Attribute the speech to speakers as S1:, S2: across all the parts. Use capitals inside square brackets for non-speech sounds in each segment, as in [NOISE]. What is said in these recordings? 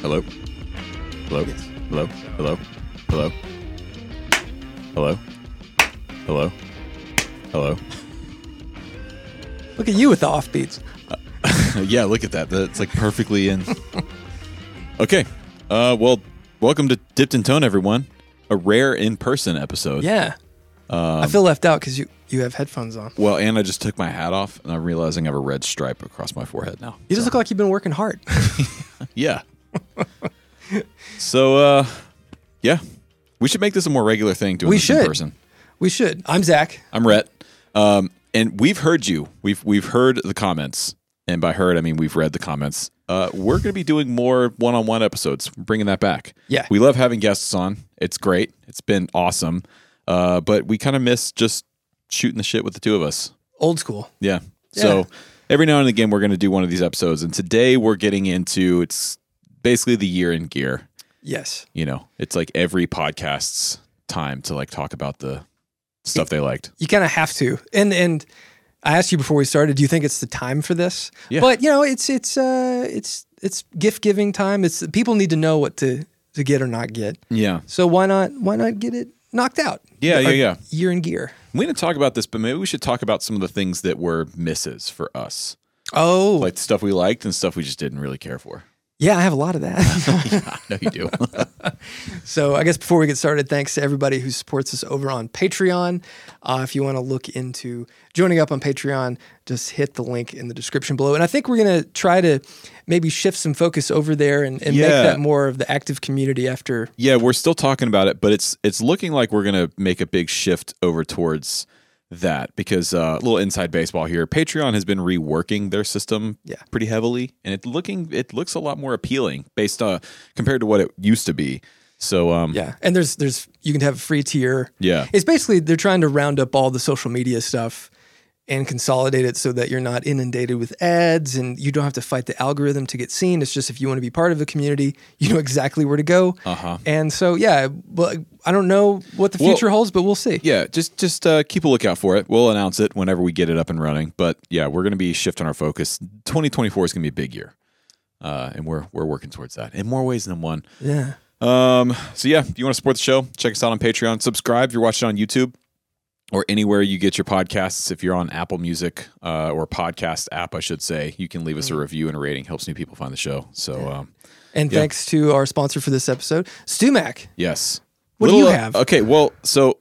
S1: Hello? Hello?
S2: Yes.
S1: Hello? Hello? Hello? Hello? Hello? Hello? [LAUGHS]
S2: Look at you with the offbeats.
S1: yeah, look at that. That's like perfectly
S2: [LAUGHS]
S1: in. okay. Uh, well, welcome to Dipped in Tone, everyone. A rare in person episode.
S2: Yeah. I feel left out because you, you have headphones on.
S1: Well, and I just took my hat off and I'm realizing I have a red stripe across my forehead now.
S2: You just look like you've been working hard. [LAUGHS]
S1: [LAUGHS] Yeah. so, uh, yeah. We should make this a more regular thing doing
S2: We
S1: this in
S2: should.
S1: person.
S2: we should. I'm Zach.
S1: I'm Rhett. Um, and we've heard you. We've we've heard the comments, and by heard I mean we've read the comments. Uh, we're going to be doing more one-on-one episodes, bringing that back.
S2: Yeah.
S1: we love having guests on. It's great. It's been awesome. Uh, but we kind of miss just shooting the shit with the two of us.
S2: Old school.
S1: Yeah. So every now and again, we're going to do one of these episodes, and today we're getting into it's basically the year in gear.
S2: Yes.
S1: You know, it's like every podcast's time to like talk about the stuff they liked.
S2: You kind of have to. And and I asked you before we started, do you think it's the time for this?
S1: Yeah.
S2: But you know, it's it's uh it's it's gift giving time. It's people need to know what to to get or not get.
S1: Yeah.
S2: So why not why not get it knocked out?
S1: Yeah, yeah, yeah.
S2: Year in gear.
S1: We didn't talk about this, but maybe we should talk about some of the things that were misses for us,
S2: Oh,
S1: like stuff we liked and stuff we just didn't really care for.
S2: yeah, I have a lot of
S1: [LAUGHS]
S2: that. [LAUGHS]
S1: I know you do.
S2: So I guess before we get started, thanks to everybody who supports us over on Patreon. Uh, if you want to look into joining up on Patreon, just hit the link in the description below. And I think we're going to try to maybe shift some focus over there and, and make
S1: Yeah.
S2: that more of the active community after.
S1: [LAUGHS] yeah, we're still talking about it, but it's it's looking like we're gonna make a big shift over towards that because uh, a little inside baseball here. Patreon has been reworking their system
S2: Yeah.
S1: pretty heavily, and it looking it looks a lot more appealing based uh compared to what it used to be. So um
S2: Yeah. And there's, there's, you can have a free tier.
S1: yeah
S2: It's basically they're trying to round up all the social media stuff and consolidate it so that you're not inundated with ads and you don't have to fight the algorithm to get seen. It's just if you want to be part of the community, you know exactly where to go.
S1: Uh-huh.
S2: And so, yeah, well, I don't know what the
S1: Well-
S2: future holds, but we'll see.
S1: Yeah, just just uh, keep a lookout for it. We'll announce it whenever we get it up and running. But yeah, we're going to be shifting our focus. 2024 is going to be a big year, uh, and we're we're working towards that in more ways than one.
S2: Yeah.
S1: Um, so yeah, if you want to support the show, check us out on Patreon. Subscribe if you're watching on YouTube or anywhere you get your podcasts. If you're on Apple Music uh, or podcast app, I should say, you can leave us a review and a rating. Helps new people find the show. So um,
S2: And thanks to our sponsor for this episode, Stumac.
S1: Yes. uh,
S2: What do you have?
S1: Okay, well, so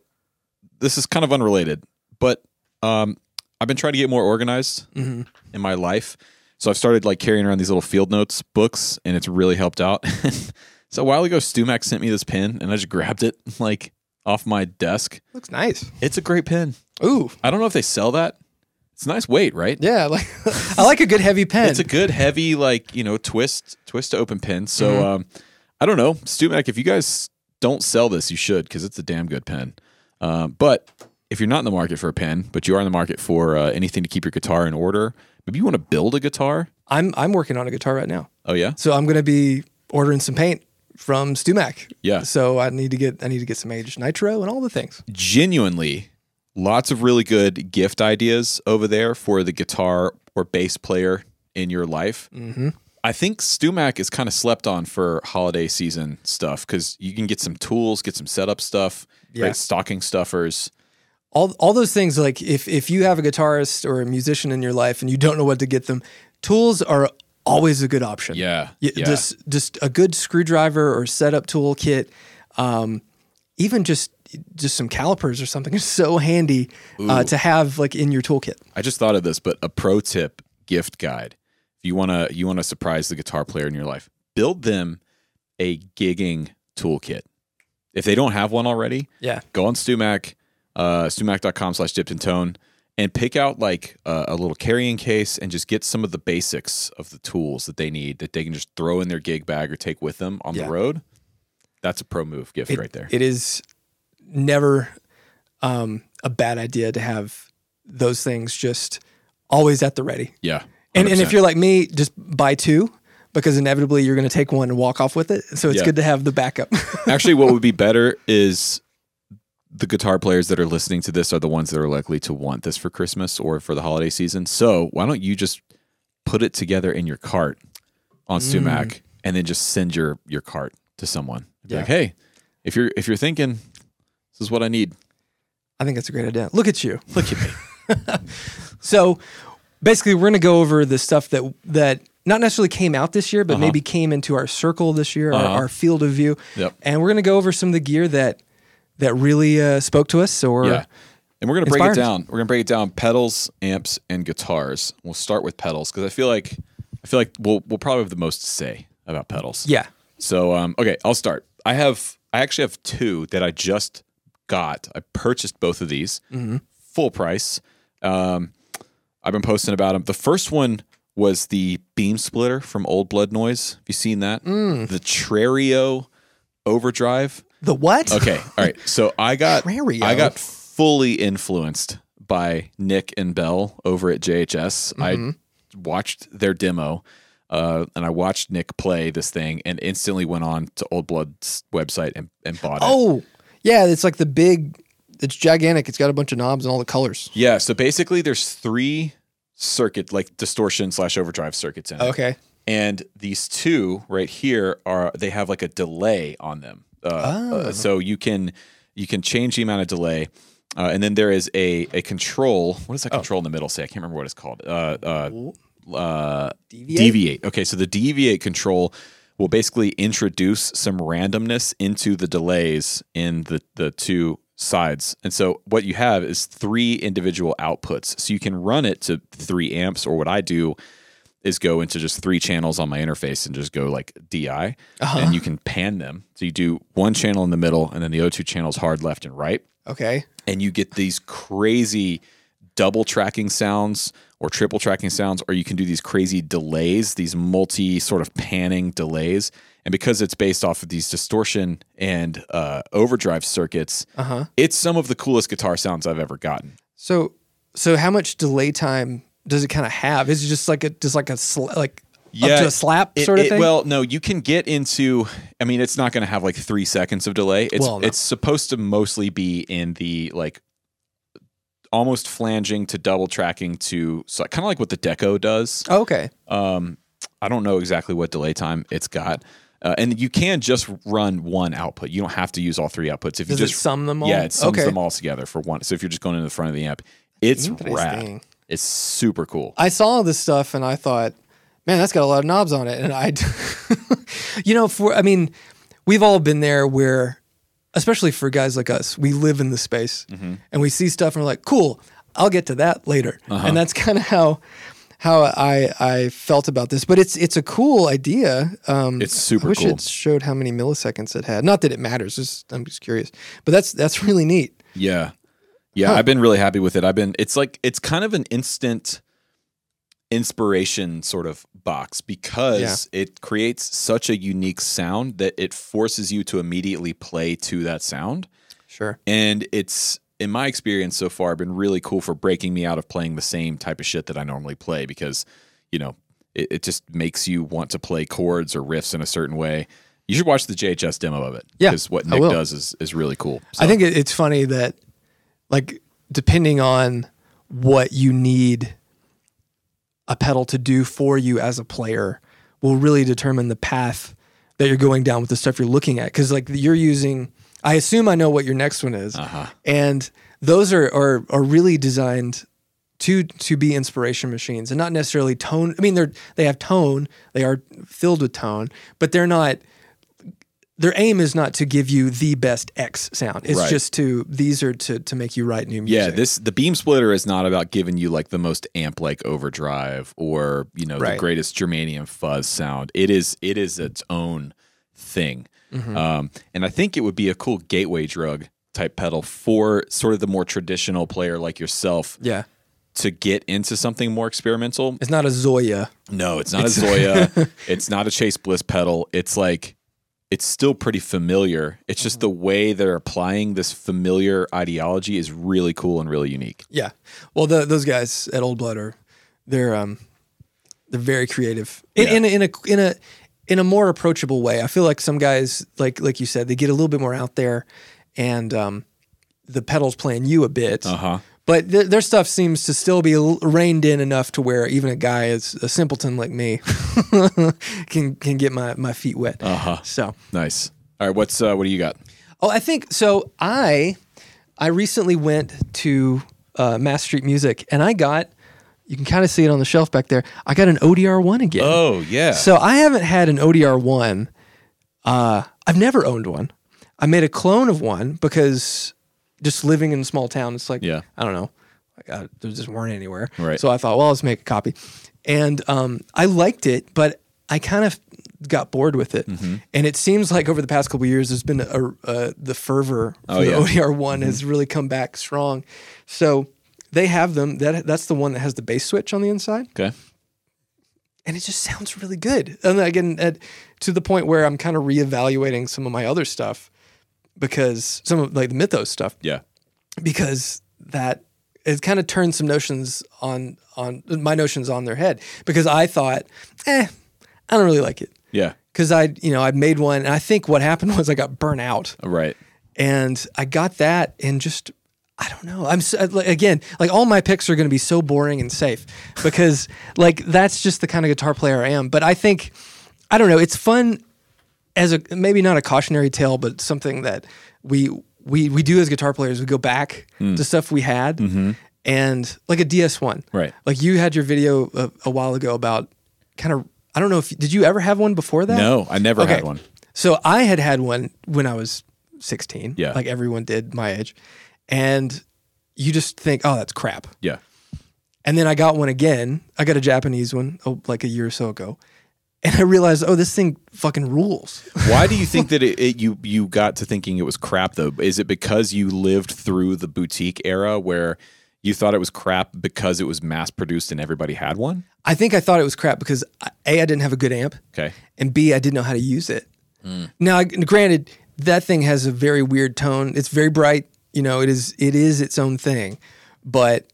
S1: this is kind of unrelated, but um, I've been trying to get more organized
S2: Mm-hmm.
S1: in my life. So I've started like carrying around these little field notes books, and it's really helped out. [LAUGHS] so a while ago, Stumac sent me this pen, and I just grabbed it [LAUGHS] like off my desk.
S2: Looks nice.
S1: It's a great pen.
S2: Ooh.
S1: I don't know if they sell that. It's a nice weight, right?
S2: Yeah. [LAUGHS] Like, I like a good heavy pen.
S1: It's a good heavy, like you know, twist twist to open pin. So um, I don't know, Stumac. If you guys don't sell this, you should because it's a damn good pen. Um, but if you're not in the market for a pen, but you are in the market for uh, anything to keep your guitar in order, maybe you want to build a guitar.
S2: I'm, I'm working on a guitar right now.
S1: Oh yeah,
S2: So I'm going to be ordering some paint from Stumac.
S1: Yeah.
S2: So I need to get I need to get some aged nitro and all the things.
S1: genuinely, lots of really good gift ideas over there for the guitar or bass player in your life.
S2: Mhm.
S1: I think Stumac is kind of slept on for holiday season stuff because you can get some tools, get some setup stuff,
S2: Yeah.
S1: great stocking stuffers.
S2: All all those things like if if you have a guitarist or a musician in your life and you don't know what to get them, tools are always a good option.
S1: Yeah,
S2: Y-
S1: yeah.
S2: Just just a good screwdriver or setup tool kit. Um, even just just some calipers or something [LAUGHS] is so handy uh, to have like in your toolkit.
S1: I just thought of this, but a pro tip gift guide. If you wanna you wanna surprise the guitar player in your life, build them a gigging toolkit. If they don't have one already,
S2: Yeah.
S1: go on Stumac, uh, stumac.com slash dipped in tone, and pick out like uh, a little carrying case and just get some of the basics of the tools that they need that they can just throw in their gig bag or take with them on
S2: Yeah.
S1: the road. That's a pro move gift
S2: It-
S1: right there.
S2: It is never um, a bad idea to have those things just always at the ready.
S1: yeah.
S2: And, and
S1: 100%.
S2: if you're like me, just buy two because inevitably you're going to take one and walk off with it. So it's
S1: Yeah.
S2: good to have the backup. [LAUGHS]
S1: Actually, what would be better is the guitar players that are listening to this are the ones that are likely to want this for Christmas or for the holiday season. So why don't you just put it together in your cart on Stumac and then just send your your cart to someone. Be
S2: Yeah.
S1: Like, hey, if you're if you're thinking this is what I need,
S2: I think that's a great idea. Look at you.
S1: look at me.
S2: [LAUGHS] So basically, we're going to go over the stuff that that not necessarily came out this year, but
S1: Uh-huh.
S2: maybe came into our circle this year, our, our field of view.
S1: Yep.
S2: And we're going to go over some of the gear that that really uh, spoke to us. Or
S1: Yeah. And we're going to break it
S2: Inspires.
S1: down. We're going to break it down pedals, amps, and guitars. We'll start with pedals because I feel like I feel like we'll we'll probably have the most to say about pedals.
S2: yeah,
S1: So um okay, I'll start. I have I actually have two that I just got. I purchased both of these. Full price. Um I've been posting about them. The first one was the beam splitter from Old Blood Noise. Have you seen that? The Trario Overdrive.
S2: the what?
S1: [LAUGHS] Okay. All right. So I got
S2: Terrario?
S1: I got fully influenced by Nick and Bell over at JHS. I watched their demo. Uh, and I watched Nick play this thing and instantly went on to Old Blood's website and, and bought it.
S2: Oh, yeah, it's like the big. It's gigantic. It's got a bunch of knobs and all the colors.
S1: Yeah. So basically, there's three circuit, like distortion slash overdrive circuits in it.
S2: Okay.
S1: and these two right here are they have like a delay on them uh, uh, so you can you can change the amount of delay uh, and then there is a a control what does that control in the middle say i can't remember what it's called uh, uh, uh,
S2: Deviate?
S1: deviate okay so the deviate control will basically introduce some randomness into the delays in the the two sides and so what you have is three individual outputs so you can run it to three amps or what i do is go into just three channels on my interface and just go like DI, and you can pan them. So you do one channel in the middle, and then the other two channels hard left and right,
S2: Okay.
S1: and you get these crazy double tracking sounds or triple tracking sounds, or you can do these crazy delays, these multi sort of panning delays. And because it's based off of these distortion and uh, overdrive circuits, uh-huh. it's some of the coolest guitar sounds I've ever gotten.
S2: So, so how much delay time does it kind of have? Is it just like a just like a sl- like up to a slap
S1: it-
S2: sort of
S1: it-
S2: thing?
S1: Well, no, you can get into. I mean, it's not going to have like three seconds of delay. It's
S2: Well, no.
S1: it's supposed to mostly be in the like almost flanging to double tracking to so kind of like what the deco does.
S2: Oh, okay.
S1: Um, I don't know exactly what delay time it's got. Uh, and you can just run one output. You don't have to use all three outputs. If
S2: Does
S1: you
S2: it
S1: just
S2: sum them all?
S1: yeah, it sums
S2: okay.
S1: them all together for one. So if you're just going into the front of the amp, it's
S2: Interesting.
S1: rad. It's super cool.
S2: I saw this stuff and I thought, man, that's got a lot of knobs on it. And I, [LAUGHS] you know, for I mean, we've all been there where, especially for guys like us, we live in the space
S1: Mm-hmm.
S2: and we see stuff and we're like, cool, I'll get to that later.
S1: Uh-huh.
S2: And that's kind of how how I I felt about this. But it's it's a cool idea. Um,
S1: It's super
S2: I wish
S1: cool.
S2: it showed how many milliseconds it had. Not that it matters. Just, I'm just curious. But that's that's really neat.
S1: Yeah. Yeah, I've been really happy with it. I've been it's like it's kind of an instant inspiration sort of box because it creates such a unique sound that it forces you to immediately play to that sound.
S2: Sure.
S1: And it's in my experience so far been really cool for breaking me out of playing the same type of shit that I normally play because, you know, it, it just makes you want to play chords or riffs in a certain way. You should watch the JHS demo of it.
S2: Yeah,
S1: Because what
S2: I
S1: Nick
S2: will.
S1: does is, is really cool. So-
S2: I think it, it's funny that, like, depending on what you need a pedal to do for you as a player, will really determine the path that you're going down with the stuff you're looking at. Because like you're using, I assume I know what your next one is,
S1: uh-huh.
S2: and those are are are really designed. To, to be inspiration machines and not necessarily tone. I mean, they're they have tone. They are filled with tone, but they're not their aim is not to give you the best X sound. It's
S1: Right.
S2: just to these are to to make you write new
S1: Yeah,
S2: music.
S1: this the beam splitter is not about giving you like the most amp like overdrive or you know
S2: Right.
S1: the greatest germanium fuzz sound. It is it is its own thing,
S2: Mm-hmm.
S1: um, and I think it would be a cool gateway drug type pedal for sort of the more traditional player like yourself
S2: yeah.
S1: to get into something more experimental.
S2: It's not a Zoya.
S1: No, it's not a
S2: [LAUGHS]
S1: Zoya. it's not a Chase Bliss pedal. It's like it's still pretty familiar. It's just
S2: Mm-hmm.
S1: the way they're applying this familiar ideology is really cool and really unique.
S2: Yeah. Well, the, those guys at Old Blood are they're um they're very creative in,
S1: Yeah.
S2: in, a, in a in a in a more approachable way. I feel like some guys like like you said they get a little bit more out there, and um, the pedals playing you a bit.
S1: Uh huh.
S2: But th- their stuff seems to still be l- reined in enough to where even a guy as a simpleton like me [LAUGHS] can can get my, my feet wet.
S1: Uh-huh.
S2: So,
S1: Nice. All right, what's uh, what do you got?
S2: oh, I think so. I I recently went to uh, Mass Street Music and I got you can kind of see it on the shelf back there. I got an ODR one again.
S1: Oh yeah.
S2: So I haven't had an ODR one. Uh, I've never owned one. I made a clone of one because just living in a small town, it's like
S1: Yeah.
S2: I don't know, like, uh, there just weren't anywhere.
S1: Right.
S2: So I thought, well, let's make a copy, and um, I liked it, but I kind of got bored with it.
S1: Mm-hmm.
S2: And it seems like over the past couple of years, there's been a, uh, the fervor for
S1: Oh,
S2: the
S1: yeah.
S2: ODR one has really come back strong. So they have them. That that's the one that has the bass switch on the inside
S1: okay.
S2: and it just sounds really good. And again, at, to the point where I'm kind of reevaluating some of my other stuff because some of like the mythos stuff
S1: Yeah.
S2: because that it kind of turned some notions on on my notions on their head because I thought, eh, I don't really like it
S1: Yeah.
S2: because I you know I made one and I think what happened [LAUGHS] was I got burnt out
S1: All right.
S2: and I got that and just I don't know. I'm so, like, again like all my picks are going to be so boring and safe because [LAUGHS] like that's just the kind of guitar player I am. But I think I don't know. It's fun as a maybe not a cautionary tale, but something that we we we do as guitar players. We go back
S1: Hmm.
S2: to stuff we had and like a DS one,
S1: Mm-hmm. Right.
S2: Like you had your video a, a while ago about kind of. I don't know if did you ever have one before that?
S1: No, I never had one.
S2: So I had had one when I was 16.
S1: Yeah.
S2: Like everyone did my age. And you just think, oh, that's crap.
S1: Yeah.
S2: And then I got one again. I got a Japanese one oh, like a year or so ago. And I realized, oh, this thing fucking rules.
S1: Why do you think that it, it you you got to thinking it was crap though? Is it because you lived through the boutique era where you thought it was crap because it was mass produced and everybody had one?
S2: I think I thought it was crap because I- A, I didn't have a good amp.
S1: Okay.
S2: and B, I didn't know how to use it. Now, granted, that thing has a very weird tone. It's very bright. You know, it is it is its own thing. But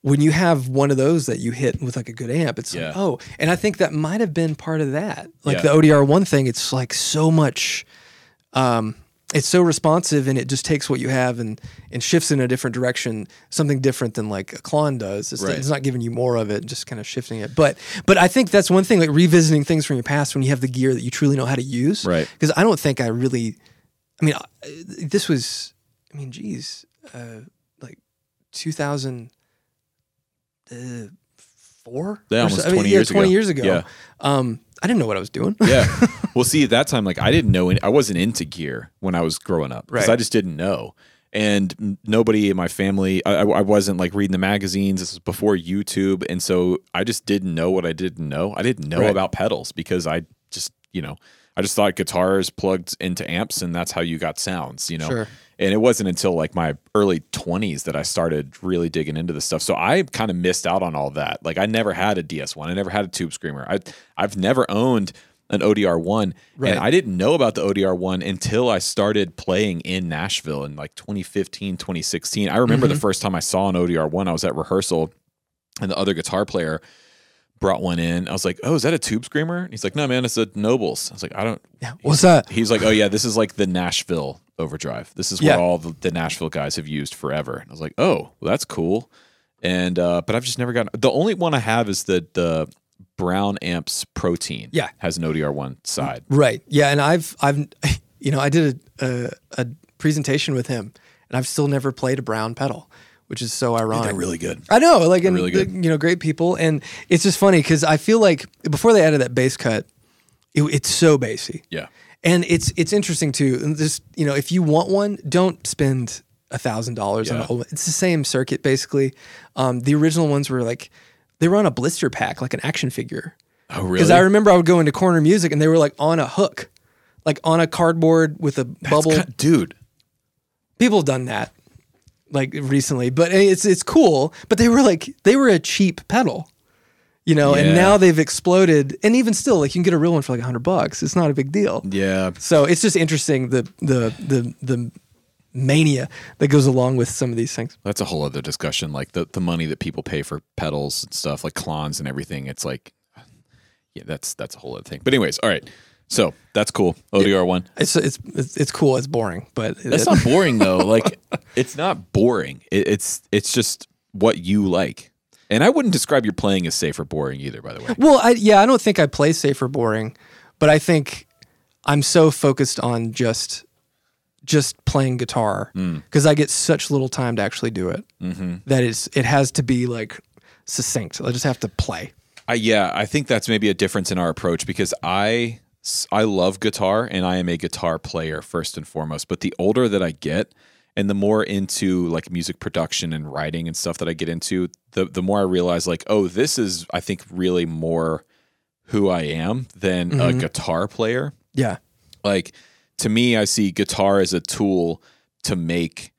S2: when you have one of those that you hit with like a good amp, it's
S1: Yeah.
S2: like oh, and I think that might have been part of that. Like
S1: Yeah.
S2: the ODR one thing, it's like so much. Um, it's so responsive and it just takes what you have and and shifts in a different direction, something different than like a Klon does. It's,
S1: Right.
S2: it's not giving you more of it, just kind of shifting it. But but I think that's one thing, like revisiting things from your past when you have the gear that you truly know how to use.
S1: Right.
S2: Because I don't think I really, I mean, I- this was, I mean, geez, uh, like 2004.
S1: Yeah,
S2: uh, or
S1: almost
S2: so- I mean,
S1: 20
S2: yeah,
S1: years ago.
S2: 20 years ago.
S1: Yeah.
S2: Um, I didn't know what I was doing.
S1: Yeah. well, see, at that time, like I didn't know, any, I wasn't into gear when I was growing up because
S2: Right.
S1: I just didn't know. And n- nobody in my family, I, I I wasn't like reading the magazines. This was before YouTube. And so I just didn't know what I didn't know. I didn't know
S2: Right.
S1: about pedals because I just, you know, I just thought guitars plugged into amps and that's how you got sounds, you know?
S2: Sure.
S1: And it wasn't until like my early 20s that I started really digging into this stuff. So I kind of missed out on all that. Like I never had a DS1. I never had a tube screamer. I I've never owned an ODR1
S2: Right.
S1: and I didn't know about the ODR1 until I started playing in Nashville in like 2015, 2016. I remember
S2: Mm-hmm.
S1: the first time I saw an ODR1, I was at rehearsal and the other guitar player brought one in. I was like, "Oh, is that a tube screamer?" And he's like, "No, man, it's a Nobles." I was like, "I don't."
S2: Yeah. [LAUGHS] What's that?
S1: He's like, "Oh yeah, this is like the Nashville overdrive. This is
S2: Yeah.
S1: what all the, the Nashville guys have used forever." And I was like, "Oh, well, that's cool." And uh, but I've just never gotten the only one I have is the the Brown Amps Protein.
S2: Yeah.
S1: has an ODR one side.
S2: Right. Yeah. And I've I've [LAUGHS] you know I did a a, a presentation with him, and I've still never played a brown pedal, which is so ironic.
S1: good.
S2: I know, like, and
S1: really
S2: the-
S1: good.
S2: you know, great people, and it's just funny because I feel like before they added that bass cut, it, it's so bassy,
S1: Yeah,
S2: and it's it's interesting too. And just you know, if you want one, don't spend a thousand dollars on
S1: Yeah.
S2: a whole. It's the same circuit basically. Um, the original ones were like they were on a blister pack, like an action figure.
S1: oh really?
S2: Because I remember I would go into corner music and they were like on a hook, like on a cardboard with a bubble.
S1: It's kind- dude.
S2: People have done that like recently, but it's it's cool. But they were like they were a cheap pedal, you know.
S1: Yeah.
S2: And now they've exploded, and even still, like you can get a real one for like a hundred bucks. It's not a big deal.
S1: Yeah,
S2: So it's just interesting the the the the mania that goes along with some of these things.
S1: That's a whole other discussion. Like the, the money that people pay for pedals and stuff, like clons and everything. It's like, yeah, that's that's a whole other thing. But anyways, all right. So that's cool. ODR one.
S2: It's it's it's, it's cool. It's boring, but
S1: That's
S2: it-
S1: [LAUGHS] not boring though. Like it's not boring. It, it's it's just what you like. And I wouldn't describe your playing as safe or boring either, by the way.
S2: Well, I, yeah, I don't think I play safe or boring, but I think I'm so focused on just just playing guitar
S1: Mm.
S2: because I get such little time to actually do it
S1: Mm-hmm.
S2: that it's it has to be like succinct. I just have to play.
S1: I, yeah, I think that's maybe a difference in our approach because I s- I love guitar and I am a guitar player first and foremost. But the older that I get and the more into like music production and writing and stuff that I get into, the the more I realize like, oh, this is I think really more who I am than a guitar player
S2: Yeah,
S1: like to me i see guitar as a tool to make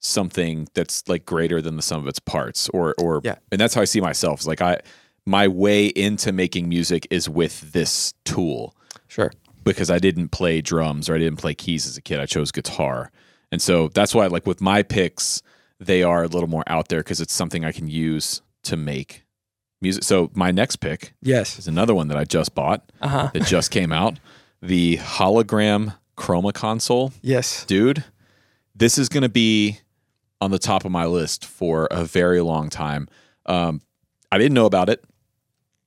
S1: something that's like greater than the sum of its parts or or
S2: Yeah.
S1: and that's how i see myself It's like i my way into making music is with this tool
S2: sure.
S1: because i didn't play drums or i didn't play keys as a kid i chose guitar and so that's why like with my picks they are a little more out there because it's something i can use to make music so my next pick
S2: Yes.
S1: is another one that i just bought
S2: Uh huh.
S1: that just came out the hologram chroma console
S2: Yes.
S1: dude this is going to be on the top of my list for a very long time um, i didn't know about it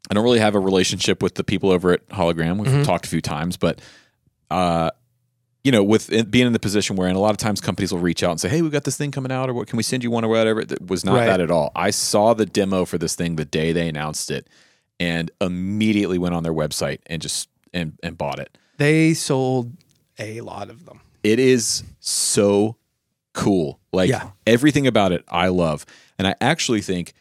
S1: i don't really have a relationship with the people over at hologram we've talked a few times but uh, you know with it being in the position we're in a lot of times companies will reach out and say hey we've got this thing coming out or what can we send you one or whatever that was not
S2: Right.
S1: that at all i saw the demo for this thing the day they announced it and immediately went on their website and just and, and bought it
S2: They sold a lot of them.
S1: it is so cool. Like
S2: Yeah.
S1: everything about it, I love. And I actually think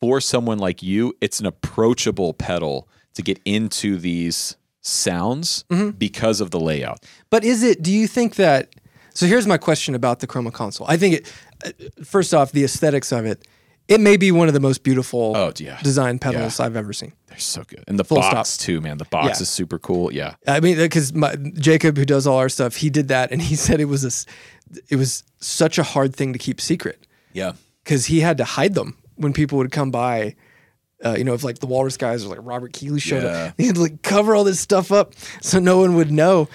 S1: for someone like you, it's an approachable pedal to get into these sounds
S2: Mm-hmm.
S1: because of the layout.
S2: But is it? Do you think that? So here's my question about the Chroma console. I think it. uh, First off, the aesthetics of it. It may be one of the most beautiful
S1: Oh, yeah.
S2: design pedals I've ever seen.
S1: They're so good. And the
S2: stop.
S1: box too, man. The box
S2: Yeah.
S1: is super cool. Yeah.
S2: I mean, because Jacob, who does all our stuff, he did that, and he said it was a, s- it was such a hard thing to keep secret
S1: Yeah.
S2: because he had to hide them when people would come by. Uh, you know, if like the Walrus guys or like Robert Keeley showed
S1: Yeah.
S2: up, he had to like cover all this stuff up so no one would know.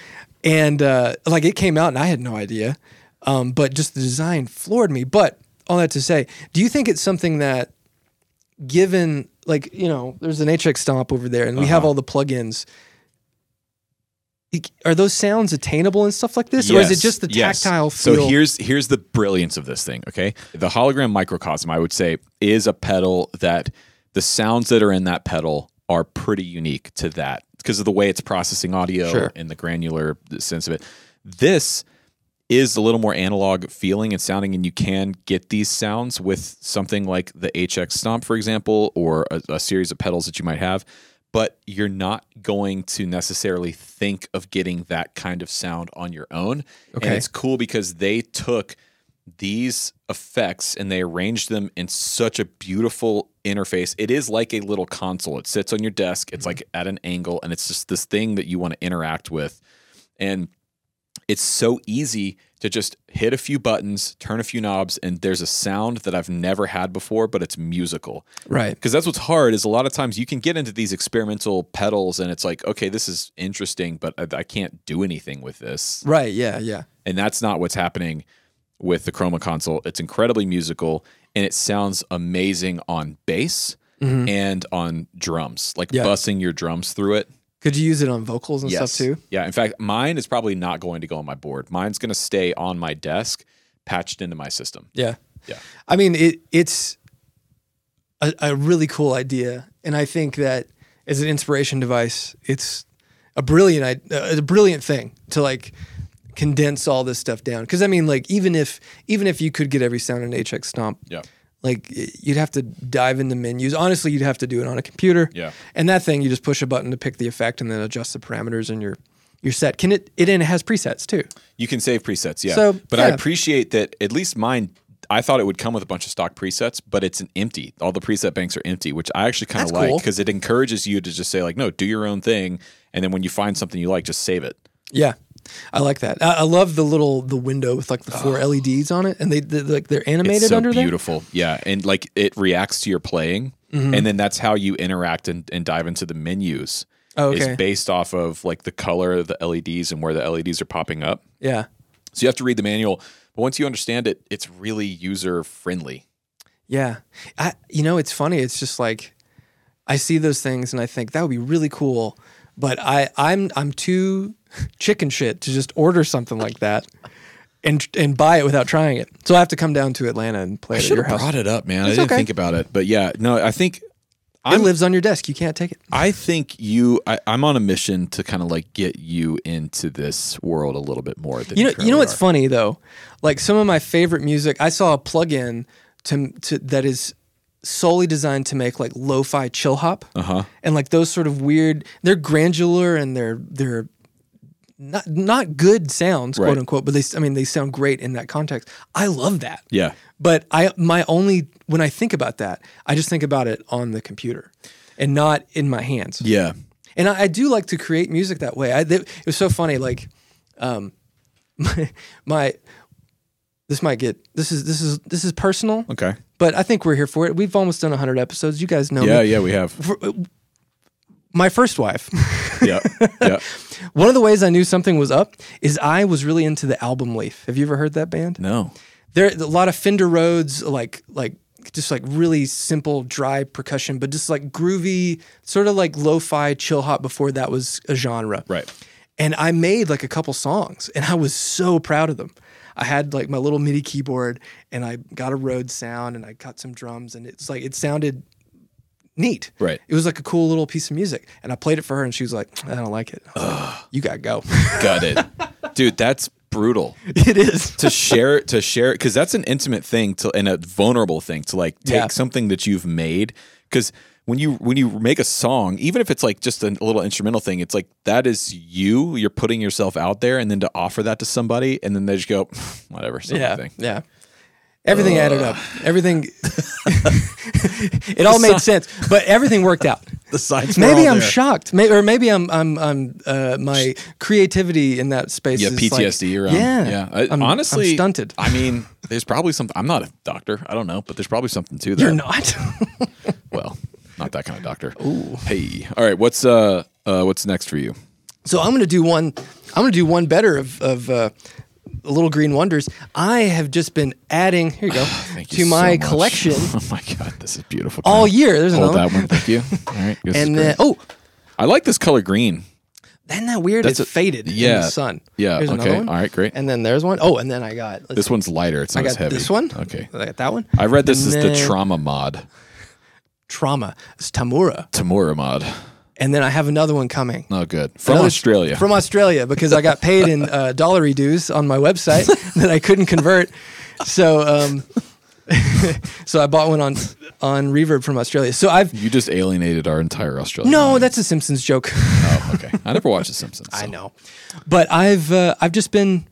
S2: And uh, like it came out, and I had no idea. Um, but just the design floored me. But all that to say, do you think it's something that, given like you know, there's an HX Stomp over there, and we
S1: Uh-huh.
S2: have all the plugins. It- Are those sounds attainable and stuff like this, or is it
S1: Yes,
S2: just the
S1: yes.
S2: tactile feel?
S1: So here's here's the brilliance of this thing. Okay, the hologram microcosm, I would say, is a pedal that the sounds that are in that pedal are pretty unique to that because of the way it's processing audio
S2: Sure.
S1: and the granular sense of it. This is a little more analog feeling and sounding, and you can get these sounds with something like the HX Stomp, for example, or a, a series of pedals that you might have. But you're not going to necessarily think of getting that kind of sound on your own. And
S2: Okay.
S1: it's cool because they took these effects and they arranged them in such a beautiful interface. It is like a little console. It sits on your desk. It's like at an angle and it's just this thing that you want to interact with. And it's so easy to just hit a few buttons, turn a few knobs and there's a sound that I've never had before, but it's musical
S2: right.
S1: because that's what's hard is a lot of times you can get into these experimental pedals and it's like okay this is interesting but I, I can't do anything with this
S2: Right. Yeah. Yeah.
S1: and that's not what's happening with the chroma console it's incredibly musical and it sounds amazing on bass and on drums like
S2: Yeah.
S1: bussing your drums through it
S2: Could you use it on vocals and stuff too?
S1: yeah in fact mine is probably not going to go on my board mine's going to stay on my desk patched into my system
S2: Yeah.
S1: Yeah.
S2: I mean, it it's a, a really cool idea, and I think that as an inspiration device, it's a brilliant i- uh, a brilliant thing to like condense all this stuff down. Because I mean, like even if even if you could get every sound in HX Stomp,
S1: yeah
S2: like y- you'd have to dive into menus. Honestly, you'd have to do it on a computer.
S1: Yeah.
S2: And that thing, you just push a button to pick the effect, and then adjust the parameters in your your set. Can it? It and it has presets too.
S1: You can save presets, yeah.
S2: So,
S1: but I
S2: yeah.
S1: appreciate that at least mine. I thought it would come with a bunch of stock presets, but it's an empty. All the preset banks are empty, which I actually kind of
S2: That's
S1: like
S2: cool.
S1: because it encourages you to just say like, no, do your own thing, and then when you find something you like, just save it.
S2: Yeah, I like that. I, I love the little the window with like the four LEDs on it, and they they- like they're animated
S1: Ah. It's so
S2: under there.
S1: beautiful, yeah, and like it reacts to your playing, and then that's how you interact and, and dive into the menus.
S2: Oh, okay.
S1: Is based off of like the color of the LEDs and where the LEDs are popping up.
S2: Yeah,
S1: So you have to read the manual, but once you understand it, it's really user friendly.
S2: Yeah. I, you know, it's funny. It's just like I see those things and I think that would be really cool, but I I'm I'm too [LAUGHS] chicken shit to just order something like that and and buy it without trying it. So I have to come down to Atlanta and play
S1: I
S2: it at
S1: should
S2: your
S1: have
S2: house.
S1: brought it up, man. I
S2: It's
S1: didn't
S2: okay.
S1: think about it, but yeah, no, I think
S2: it lives on your desk. You can't take it.
S1: I think you. I, I'm on a mission to kind of like get you into this world a little bit more. Than
S2: You know, you know
S1: currently
S2: what's
S1: are.
S2: funny though? Like some of my favorite music, I saw a plugin to, to that is solely designed to make like lo-fi chill hop
S1: Uh-huh.
S2: and like those sort of weird. They're granular and they're they're not not good sounds,
S1: Right.
S2: quote unquote. But they, s- I mean, they sound great in that context. I love that.
S1: Yeah.
S2: But I my only when I think about that, I just think about it on the computer and not in my hands
S1: Yeah.
S2: and I, I do like to create music that way. I, th- it was so funny. Like, um, [LAUGHS] my, my this might get this is this is this is personal,
S1: Okay.
S2: but I think we're here for it. We've almost done hundred episodes. You guys know
S1: Yeah.
S2: me.
S1: Yeah. We have. [LAUGHS]
S2: My first wife. [LAUGHS]
S1: Yeah. [LAUGHS] Yeah.
S2: One of the ways I knew something was up is I was really into the album Leaf. Have you ever heard that band?
S1: No.
S2: there a lot of Fender Rhodes, like like just like really simple dry percussion, but just like groovy, sort of like lo-fi chill hop before that was a genre.
S1: Right.
S2: And I made like a couple songs, and I was so proud of them. I had like my little MIDI keyboard, and I got a Rhodes sound, and I cut some drums, and it's like it sounded neat.
S1: Right.
S2: It was like a cool little piece of music, and I played it for her, and she was like, "I don't like it." I was like, you gotta go. [LAUGHS]
S1: Got it, [LAUGHS] dude. That's brutal
S2: it is.
S1: to share. To share because that's an intimate thing to and a vulnerable thing to like take
S2: Yeah.
S1: something that you've made because. When you when you make a song, even if it's like just a little instrumental thing, it's like that is you. You're putting yourself out there, and then to offer that to somebody, and then they just go, whatever, something.
S2: Yeah. Yeah. Everything added up.
S1: [LAUGHS]
S2: Everything. [LAUGHS] it all made sense, but everything
S1: [LAUGHS]
S2: worked out.
S1: The sides. were
S2: Maybe
S1: all
S2: I'm
S1: there.
S2: shocked, May or maybe I'm I'm I'm uh, my creativity in that space.
S1: Yeah,
S2: is like-
S1: PTSD around.
S2: Yeah,
S1: um, yeah. I-
S2: I'm- I'm
S1: honestly,
S2: stunted.
S1: I mean, there's probably something. I'm not a doctor. I don't know, but there's probably something to that.
S2: [LAUGHS] You're not. [LAUGHS]
S1: well, not that kind of doctor. Ooh. Hey. All right. What's uh, uh what's next for you?
S2: so I'm gonna do one. I'm gonna do one better of of. Uh, Little Green Wonders. I have just been adding. Here you
S1: [SIGHS]
S2: go
S1: Thank you
S2: to
S1: so
S2: my
S1: much. [LAUGHS]
S2: collection
S1: Oh my god, this is beautiful. Can
S2: all
S1: I
S2: year. There's
S1: Hold
S2: another. one.
S1: that one.
S2: [LAUGHS]
S1: Thank you. All right. This is
S2: And
S1: great.
S2: then, oh,
S1: I like this color green.
S2: isn't that weird?
S1: That's
S2: it's
S1: a-
S2: faded in
S1: yeah.
S2: the sun.
S1: Yeah.
S2: There's another
S1: okay.
S2: one.
S1: All right. Great.
S2: And then there's one. Oh, and then I got let's
S1: this one's lighter. It's
S2: I
S1: not
S2: got
S1: as heavy.
S2: this one.
S1: Okay.
S2: I got that one.
S1: I read this
S2: And
S1: is the
S2: then-
S1: trauma mod,
S2: Trauma. It's Tamura.
S1: Tamura mod.
S2: And then I have another one coming.
S1: Oh, good. From
S2: Another-
S1: Australia.
S2: From Australia, because I got
S1: [LAUGHS]
S2: paid in uh, dollary dues on my website [LAUGHS] that I couldn't convert. So, um, [LAUGHS] so I bought one on on Reverb from Australia. So I've
S1: you just alienated our entire Australian.
S2: no, that's a Simpsons joke. [LAUGHS]
S1: Oh, okay. I never watched The Simpsons.
S2: I
S1: so.
S2: know, but I've uh, I've just been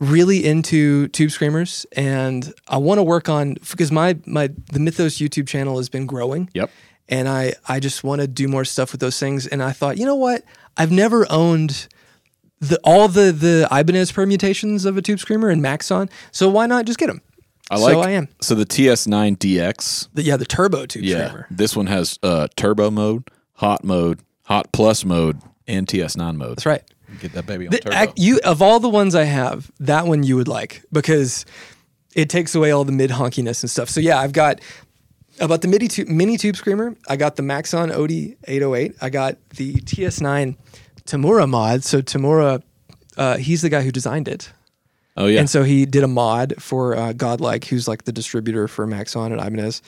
S2: really into tube screamers, and I want to work on because my my the Mythos YouTube channel has been growing.
S1: Yep.
S2: and I I just want to do more stuff with those things. And I thought, you know what? I've never owned the all the the Ibanez permutations of a tube screamer and Maxon, so why not just get them?
S1: I like.
S2: So I am.
S1: So the TS9DX.
S2: The, yeah, the turbo tube
S1: Yeah.
S2: screamer.
S1: This one has uh, turbo mode, hot mode, hot plus mode, and TS9 mode.
S2: That's right.
S1: Get that baby on
S2: The-
S1: turbo.
S2: ac- you of all the ones I have, that one you would like because it takes away all the mid honkiness and stuff. So yeah, I've got about the midi tu- mini tube screamer. I got the Maxon OD 808. I got the TS9 Tamura mod. So Tamura, uh, he's the guy who designed it.
S1: oh yeah.
S2: And so he did a mod for uh, Godlike, who's like the distributor for Maxon and Ibanez.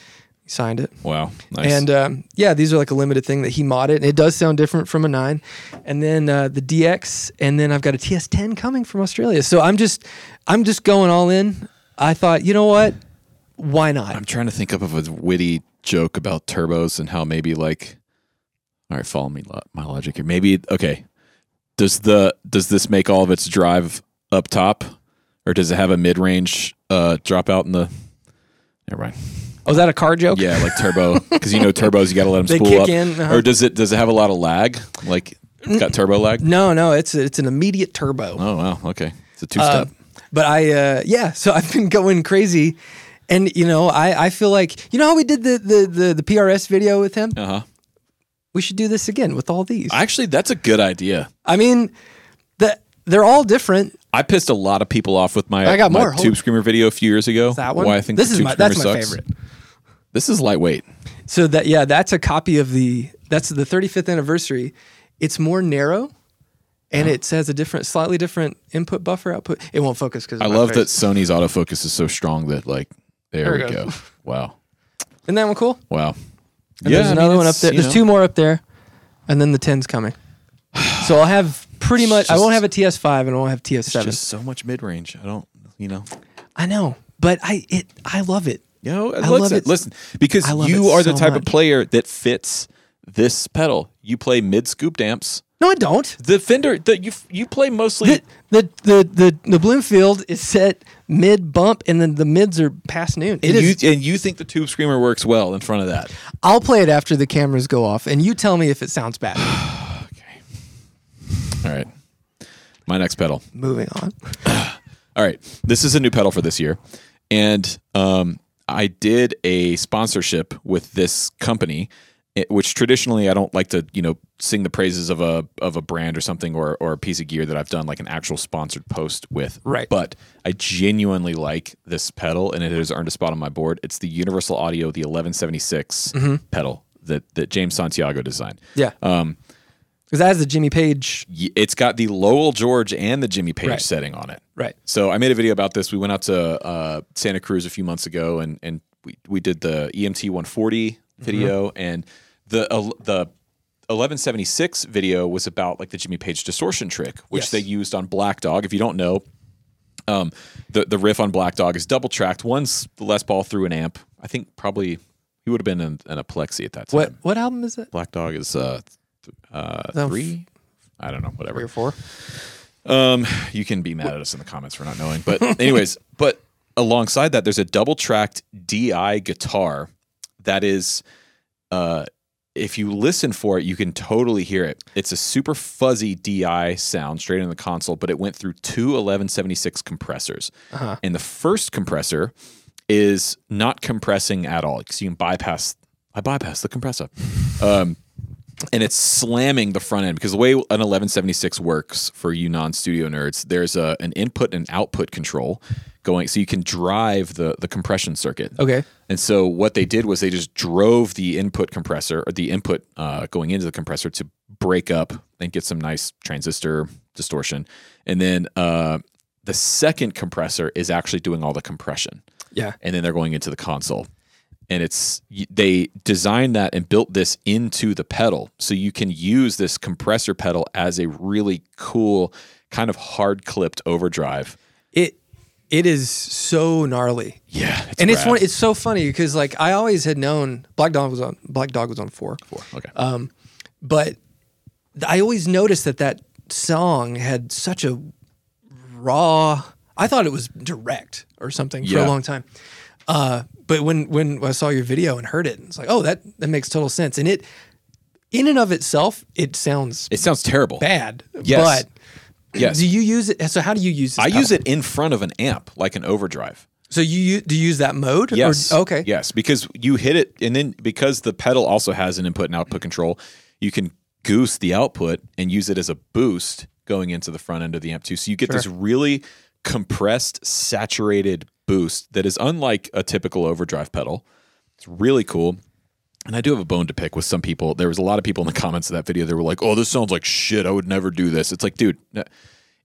S2: He signed it.
S1: wow. Nice.
S2: And um, yeah, these are like a limited thing that he modded, and it does sound different from a nine. And then uh, the DX, and then I've got a TS10 coming from Australia. So I'm just, I'm just going all in. I thought, you know what? Why not?
S1: I'm trying to think up of a witty joke about turbos and how maybe like. All right, follow me. lo- My logic here. Maybe okay. Does the does this make all of its drive up top, or does it have a mid range uh, dropout in the? Never mind.
S2: Oh, is that a car joke?
S1: Yeah, like
S2: [LAUGHS]
S1: turbo, because you know turbos, you got to let them
S2: They
S1: spool
S2: kick
S1: up.
S2: in, uh-huh.
S1: Or does it does it have a lot of lag? Like it's got turbo lag?
S2: No, no, it's it's an immediate turbo.
S1: Oh wow, okay, it's a two step.
S2: Um, But I, uh, yeah, [LAUGHS] so I've been going crazy. And you know, I, I feel like you know how we did the the the, the PRS video with him.
S1: Uh huh.
S2: We should do this again with all these. I,
S1: Actually, that's a good idea.
S2: mean, that they're all different.
S1: I pissed a lot of people off with my
S2: I got
S1: my
S2: more. Hold
S1: tube
S2: on.
S1: screamer video a few years ago.
S2: That one.
S1: Why I think
S2: this
S1: the
S2: is
S1: tube
S2: my that's my
S1: screamer sucks.
S2: favorite.
S1: This is lightweight.
S2: So that yeah, that's a copy of the that's the 35th anniversary. It's more narrow, and
S1: Uh-huh.
S2: it says a different, slightly different input buffer output. It won't focus because
S1: I love that Sony's autofocus is so strong that like there,
S2: There
S1: we
S2: we
S1: go.
S2: go.
S1: [LAUGHS] Wow.
S2: Isn't that one cool?
S1: Wow.
S2: And there's
S1: I mean,
S2: another one up
S1: it's,
S2: there.
S1: you
S2: There's
S1: know,
S2: two more up there, and then the
S1: [SIGHS]
S2: 10's coming. So I'll have pretty much. I won't have a TS5 and I won't have
S1: it's
S2: TS7.
S1: Just so much mid range. I don't. You know.
S2: I know, but I it I love it.
S1: You know. I
S2: love
S1: love
S2: it.
S1: it. Listen, because
S2: I love
S1: you
S2: it
S1: are the
S2: so
S1: type
S2: much.
S1: of player that fits this pedal. You play mid scooped amps.
S2: No, I don't.
S1: The Fender that you you play mostly.
S2: The the the the, the Bloomfield is set mid bump, and then the mids are past noon. It is.
S1: you, and you think the tube screamer works well in front of that.
S2: I'll play it after the cameras go off, and you tell me if it sounds [SIGHS] bad.
S1: All right. My next pedal.
S2: Moving on.
S1: All right. This is a new pedal for this year. And um, I did a sponsorship with this company, it, which traditionally I don't like to, you know, sing the praises of a of a brand or something or, or a piece of gear that I've done like an actual sponsored post with.
S2: Right.
S1: But I genuinely like this pedal and it has earned a spot on my board. It's the Universal Audio, the 1176 pedal that, that James Santiago designed.
S2: Mm-hmm. Yeah. Because that has the Jimmy Page.
S1: Y- It's got the Lowell George and the Jimmy Page
S2: Right.
S1: setting on it.
S2: Right.
S1: So I made a video about this. We went out to uh, Santa Cruz a few months ago, and and we, we did the E EMT 140 video,
S2: Mm-hmm.
S1: and the el the 1176 video was about like the Jimmy Page distortion trick, which
S2: Yes.
S1: they used on Black Dog. If you don't know, um, the the riff on Black Dog is double tracked. One's the Les Paul through an amp. I think probably he would have been an, an Aplexi at that time.
S2: What what album is it?
S1: Black Dog is uh, th- uh,
S2: That
S1: three. I don't know. Whatever.
S2: Three or four.
S1: Um, you can be mad at us in the comments for not knowing. But anyways, but alongside that, there's a double tracked DI guitar that is uh if you listen for it, you can totally hear it. It's a super fuzzy DI sound straight in the console, but it went through two 1176 compressors.
S2: Uh-huh.
S1: And the first compressor is not compressing at all. So you can bypass I bypass the compressor.
S2: [LAUGHS]
S1: Um and it's slamming the front end because the way an 1176 works for you non-studio nerds there's a, an input and output control going so you can drive the the compression circuit
S2: Okay.
S1: and so what they did was they just drove the input compressor or the input uh, going into the compressor to break up and get some nice transistor distortion and then uh, the second compressor is actually doing all the compression
S2: Yeah.
S1: and then they're going into the console. And it's y- they designed that and built this into the pedal, so you can use this compressor pedal as a really cool kind of hard clipped overdrive.
S2: It it is so gnarly.
S1: Yeah, it's
S2: and it's
S1: rad.
S2: one it's so funny because like I always had known Black Dog was on Black Dog was on four.
S1: okay.
S2: um, but th- I always noticed that that song had such a raw. I thought it was direct or something for
S1: Yeah.
S2: a long time. Uh, but when when I saw your video and heard it, it's like, oh, that that makes total sense. And it, in and of itself, it sounds
S1: it sounds terrible.
S2: bad.
S1: Yes.
S2: But
S1: Yes.
S2: do you use it? So how do you use? This
S1: I use
S2: pedal?
S1: it in front of an amp, like an overdrive.
S2: So you u- do you use that mode? Or-
S1: Yes.
S2: okay.
S1: Yes, because you hit it, and then because the pedal also has an input and output control, you can goose the output and use it as a boost going into the front end of the amp too. So you get this really compressed, saturated boost that is unlike a typical overdrive pedal. It's really cool. And I do have a bone to pick with some people. There was a lot of people in the comments of that video that were like, "Oh, this sounds like shit. I would never do this." It's like, dude, no.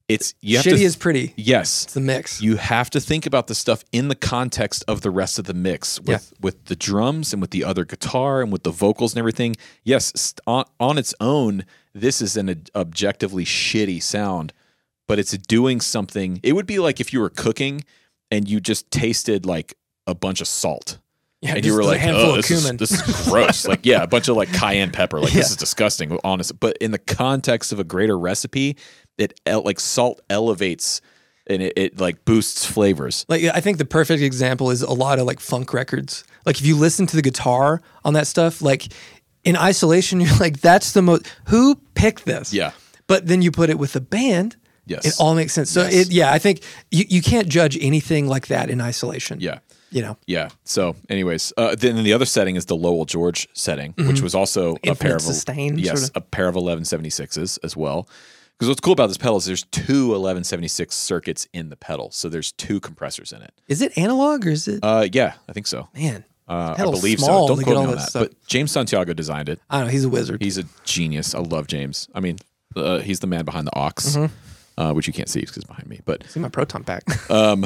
S1: it's you have
S2: Shitty
S1: to
S2: is pretty.
S1: yes
S2: It's the mix.
S1: you have to think about the stuff in the context of the rest of the mix with with the drums and with the other guitar and with the vocals and everything. Yes, st- on, on its own, this is an ob- objectively shitty sound, but it's doing something. It would be like if you were cooking and you just tasted like a bunch of salt.
S2: Yeah,
S1: and
S2: just
S1: you were
S2: a
S1: like,
S2: handful
S1: "Oh,
S2: of
S1: this is,
S2: cumin."
S1: this is gross." like, yeah, a bunch of like cayenne pepper. Like,
S2: Yeah.
S1: this is disgusting, honest. But in the context of a greater recipe, it el- like salt elevates and it, it like boosts flavors.
S2: Like I think the perfect example is a lot of like funk records. Like if you listen to the guitar on that stuff, like in isolation, [LAUGHS] you're like, that's the most. Who picked this?
S1: Yeah.
S2: But then you put it with the band.
S1: Yes.
S2: It all makes sense. So
S1: Yes.
S2: it, yeah, I think you, you can't judge anything like that in isolation.
S1: Yeah.
S2: You know.
S1: Yeah. So, anyways, uh, then the other setting is the Lowell George setting, which was also a pair
S2: Mm-hmm. Infinite
S1: of
S2: sustain,
S1: yes,
S2: sorta.
S1: a pair of 1176s as well. Because what's cool about this pedal is there's two 1176 circuits in the pedal, so there's two compressors in it.
S2: Is it analog or is it
S1: Uh, yeah, I think so.
S2: man?
S1: Uh, I
S2: Hell,
S1: believe so.
S2: small
S1: Don't
S2: to
S1: quote
S2: get
S1: me
S2: all
S1: on
S2: that
S1: that.
S2: stuff.
S1: But James Santiago designed it.
S2: I don't know. He's a wizard.
S1: He's a genius. I love James. I mean, uh, he's the man behind the ox,
S2: Mm-hmm.
S1: uh, which you can't see because it's behind me. But
S2: See my proton
S1: [LAUGHS]
S2: pack.
S1: um,